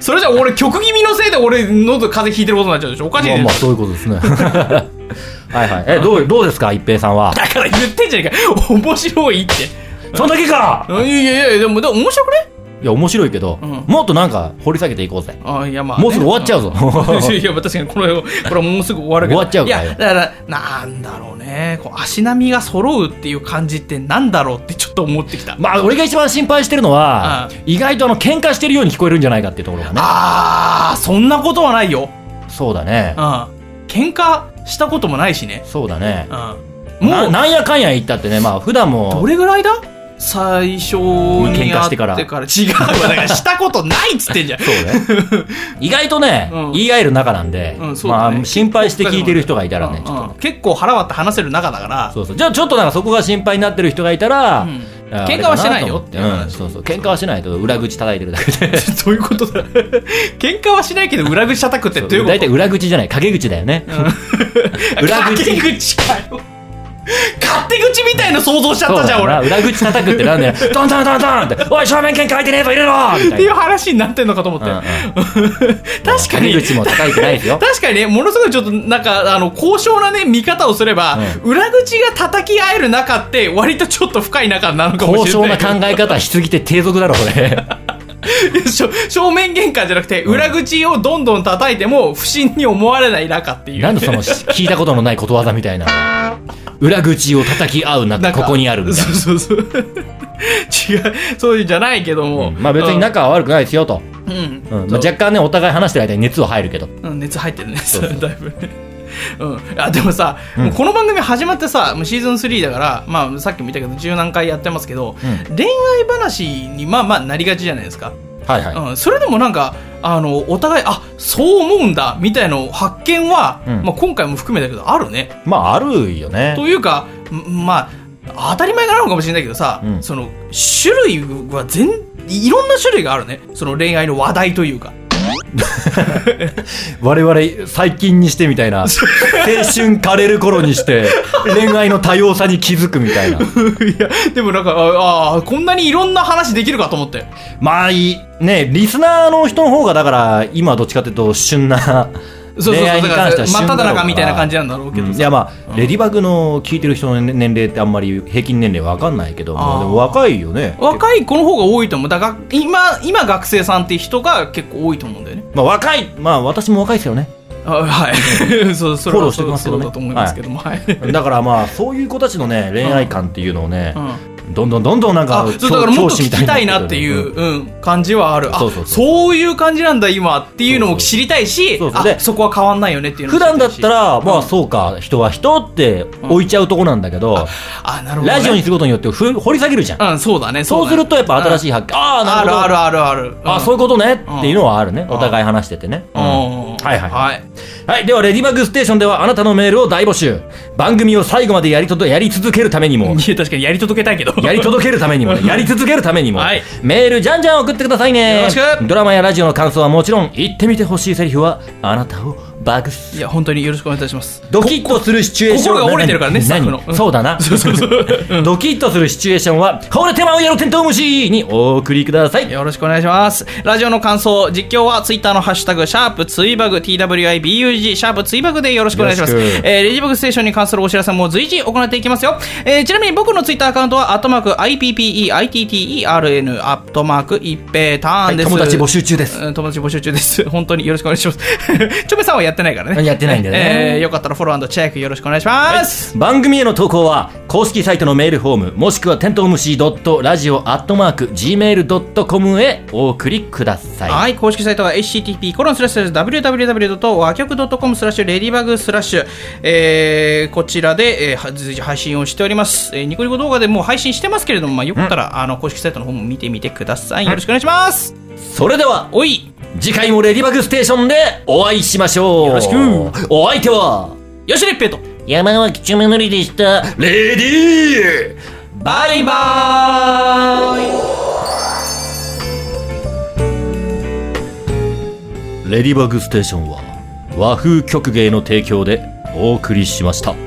Speaker 1: それじゃ俺曲気味のせいで俺喉風邪ひいてることになっちゃうでしょおかしい
Speaker 2: まあ
Speaker 1: でしょ
Speaker 2: まあ、そういうことですね。 はいはい。え、どう、どうですか一平さんは。
Speaker 1: だから言ってんじゃねえか面白いって
Speaker 2: そんだけか
Speaker 1: うんいやいやいやでもでも面白くね
Speaker 2: いや、面白いけど、
Speaker 1: うん
Speaker 2: もっとなんか掘り下げていこうぜ。
Speaker 1: あいやまあね、
Speaker 2: もうすぐ終わっちゃうぞ。
Speaker 1: いや、確かにこれ、これはもうすぐ終わるけど。
Speaker 2: 終わっちゃうから
Speaker 1: い
Speaker 2: よ
Speaker 1: や、だから、なんだろうね。こう足並みが揃うっていう感じってなんだろうってちょっと思ってきた。
Speaker 2: まあ、俺が一番心配してるのは、
Speaker 1: う
Speaker 2: 意外とあの、喧嘩してるように聞こえるんじゃないかっていうところがね。
Speaker 1: あー、そんなことはないよ。
Speaker 2: そうだね
Speaker 1: うん。。喧嘩したこともないしね。
Speaker 2: そうだね
Speaker 1: う。ん。
Speaker 2: な
Speaker 1: もう、
Speaker 2: なんやかんや言ったってね、まあ、普段
Speaker 1: ど
Speaker 2: も、
Speaker 1: れぐらいだ最初に
Speaker 2: 喧嘩してから
Speaker 1: 会ってから。違うわ。だからしたことないっつってんじゃん。
Speaker 2: そうね。 意外とね、
Speaker 1: うん
Speaker 2: 言い合える仲なんで、
Speaker 1: うんそうだ
Speaker 2: ま
Speaker 1: ね
Speaker 2: あ、心配して聞いてる人がいたらね、ちょっ
Speaker 1: うんうん結構腹割って話せる仲だから。
Speaker 2: とそうそう。じゃあ、ちょっとなんかそこが心配になってる人がいたら、
Speaker 1: うん
Speaker 2: あ
Speaker 1: 喧嘩はしてないよ
Speaker 2: あれかなと思ってうん、そうそう。喧嘩はしてないけど、裏口叩いてるだけで。
Speaker 1: どういうことだ 喧嘩はしないけど裏口叩くってどういうこと
Speaker 2: 大体裏口じゃない、陰口だよね。 裏口
Speaker 1: 勝手口かよ勝手口みたいな想像しちゃったじゃん
Speaker 2: そうだな
Speaker 1: 俺
Speaker 2: 裏口叩くって なんだよ。ドンドンドンドンって、おい、正面剣書いてねえぞ、入れろみ
Speaker 1: ったて
Speaker 2: い
Speaker 1: いう
Speaker 2: な。
Speaker 1: 話になってんのかと思って、 確かに
Speaker 2: 陰口も叩いてないですよ。
Speaker 1: 確かにねものすごいちょっとなんかあの高尚なね見方をすれば、裏口が叩き合える中って割とちょっと深い中なのかも
Speaker 2: 高
Speaker 1: し
Speaker 2: 尚
Speaker 1: れな
Speaker 2: ない考え方しすぎて低俗だろ、これ。
Speaker 1: 正正面玄関じゃなくて裏口をどんどん叩いても不審に思われない中っていう
Speaker 2: なんでその、聞いたことのないことわざみたいな。裏口を叩き合うなって、
Speaker 1: なんか
Speaker 2: ここにあるみたいな。
Speaker 1: そうそうそう 違うそういうんじゃないけども、
Speaker 2: まあ別に仲は悪くないですよと。
Speaker 1: うん、
Speaker 2: うん
Speaker 1: そ
Speaker 2: まあ、
Speaker 1: う
Speaker 2: 若干ね、お互い話してる間に熱は入るけど。
Speaker 1: うん、熱入ってるね、
Speaker 2: そうそ
Speaker 1: だいぶね。うん、あでもさ、もうこの番組始まってさもうシーズン3だから、まあ、さっきも言ったけど十何回やってますけど、
Speaker 2: う
Speaker 1: 恋愛話にまあまあなりがちじゃないですか
Speaker 2: はいはい。
Speaker 1: うん、それでもなんかあのお互いあそう思うんだみたいな発見は、
Speaker 2: うん
Speaker 1: まあ、今回も含めだけどあるね。
Speaker 2: まあ、あるよね。
Speaker 1: というかんまあ当たり前なのかもしれないけどさ、
Speaker 2: うん
Speaker 1: その種類は全いろんな種類があるねその恋愛の話題というか
Speaker 2: 我々、最近にしてみ たいな、青春枯れる頃にして、恋愛の多様さに気づくみたいな。
Speaker 1: いやでもなんかああこんなにいろんな話できるかと思って
Speaker 2: まあ、いいね、リスナーの人の方が、だから、今はどっちかというと、旬な、恋愛に関しては旬
Speaker 1: 真っ
Speaker 2: だろうから
Speaker 1: ただ中みたいな感じなんだろうけどさ、
Speaker 2: いやまあ、レディバグの聞いてる人の年年齢ってあんまり平均年齢わかんないけど、まあ、
Speaker 1: あー
Speaker 2: でも若いよね。
Speaker 1: 若い子の方が多いと思うだから今今学生さんって人が結構多いと思うんだよね
Speaker 2: まあ若い、まあ私も若いですよね。
Speaker 1: あはい そうそれ
Speaker 2: フォロー
Speaker 1: は
Speaker 2: してきますけど
Speaker 1: そう
Speaker 2: ね
Speaker 1: だと思いますけどもはい、
Speaker 2: だからまあ、そういう子たちのね、恋愛観っていうのをね
Speaker 1: う、ん
Speaker 2: どんどんどんどんなんか
Speaker 1: あ、そうだからもっと聞きたいなってい
Speaker 2: 教師みたいになってくるよね
Speaker 1: う、うん、感じはあるあ
Speaker 2: そ
Speaker 1: そうう
Speaker 2: そうそう
Speaker 1: いう感じなんだ今っていうのも知りたいし
Speaker 2: そうそうで
Speaker 1: あそこは変わんないよねっていうの
Speaker 2: 普
Speaker 1: も知り
Speaker 2: 段だ
Speaker 1: い
Speaker 2: っ
Speaker 1: した
Speaker 2: ら、まあそうか、人は人って置いちゃうとこなんだけど、
Speaker 1: あなるほどね、
Speaker 2: ラジオにすることによってふ掘り下げるじゃん。
Speaker 1: うんそうだね
Speaker 2: そうするとやっぱ新し
Speaker 1: い、
Speaker 2: い発見、ああ、
Speaker 1: うん
Speaker 2: な
Speaker 1: あ
Speaker 2: る
Speaker 1: る
Speaker 2: ほど。
Speaker 1: あるあるある
Speaker 2: あ、そういううことねっていうのはあるね。
Speaker 1: うん
Speaker 2: お互い話しててね。
Speaker 1: んうん
Speaker 2: はいはい
Speaker 1: はい
Speaker 2: はい。では、レディバグステーションではあなたのメールを大募集。番組を最後までやりとどやり続けるために も、
Speaker 1: いや確かにやり届けたいけど
Speaker 2: やり届けるた めにもね、やり続けるためにも、
Speaker 1: はい
Speaker 2: メールじゃんじゃん送ってくださいね。
Speaker 1: よろしく
Speaker 2: ドラマやラジオの感想はもちろん、言ってみてほしいセリフは、あなたをバグす。
Speaker 1: いや本当によろしくお願いいたします
Speaker 2: ドキッとするシチュエーション。
Speaker 1: 心が折れてるからね
Speaker 2: な何
Speaker 1: スタッフのうん
Speaker 2: そうだな。
Speaker 1: そうそうそううん
Speaker 2: ドキッとするシチュエーションは、ほれてまうやろテントウムシにお送りください。
Speaker 1: よろしくお願いします。ラジオの感想、実況はツイッターのハッシュタグ、シャープツイバグ、twibug、シャープツイバグでよろしくお願いします。
Speaker 2: よろしく
Speaker 1: えーレジバグステーションに関するお知らせも随時行っていきますよ。えーちなみに僕のツイッターアカウントは、アットマーク、IPPEITTERN、アットマーク、一平ターンです、
Speaker 2: 友達募集中です。
Speaker 1: うん友達募集中です。 本当によろしくお願いします。ちょめさんはやってないからね。
Speaker 2: やってないんだよね
Speaker 1: えーよかったらフォローチェックよろしくお願いします。
Speaker 2: 番組への投稿は公式サイトのメールフォームもしくはテントウムシ .radio.gmail.com へお送りください、
Speaker 1: はい、公式サイトは http コロンスラッシュ www. 和曲 .com スラッシュレディバグスラッシュ、えーこちらで、えーは随時配信をしております、えーニコニコ動画でもう配信してますけれども、まあ、よかったら、あの公式サイトの方も見てみてくださいよろしくお願いします、
Speaker 2: それでは
Speaker 1: おい
Speaker 2: 次回もレディバグステーションでお会いしましょう
Speaker 1: よろしく
Speaker 2: お相手は
Speaker 1: よしれっぺと
Speaker 2: 山脇ちゅめのりでしたレディーバイバーイレディバグステーションは和風曲芸の提供でお送りしました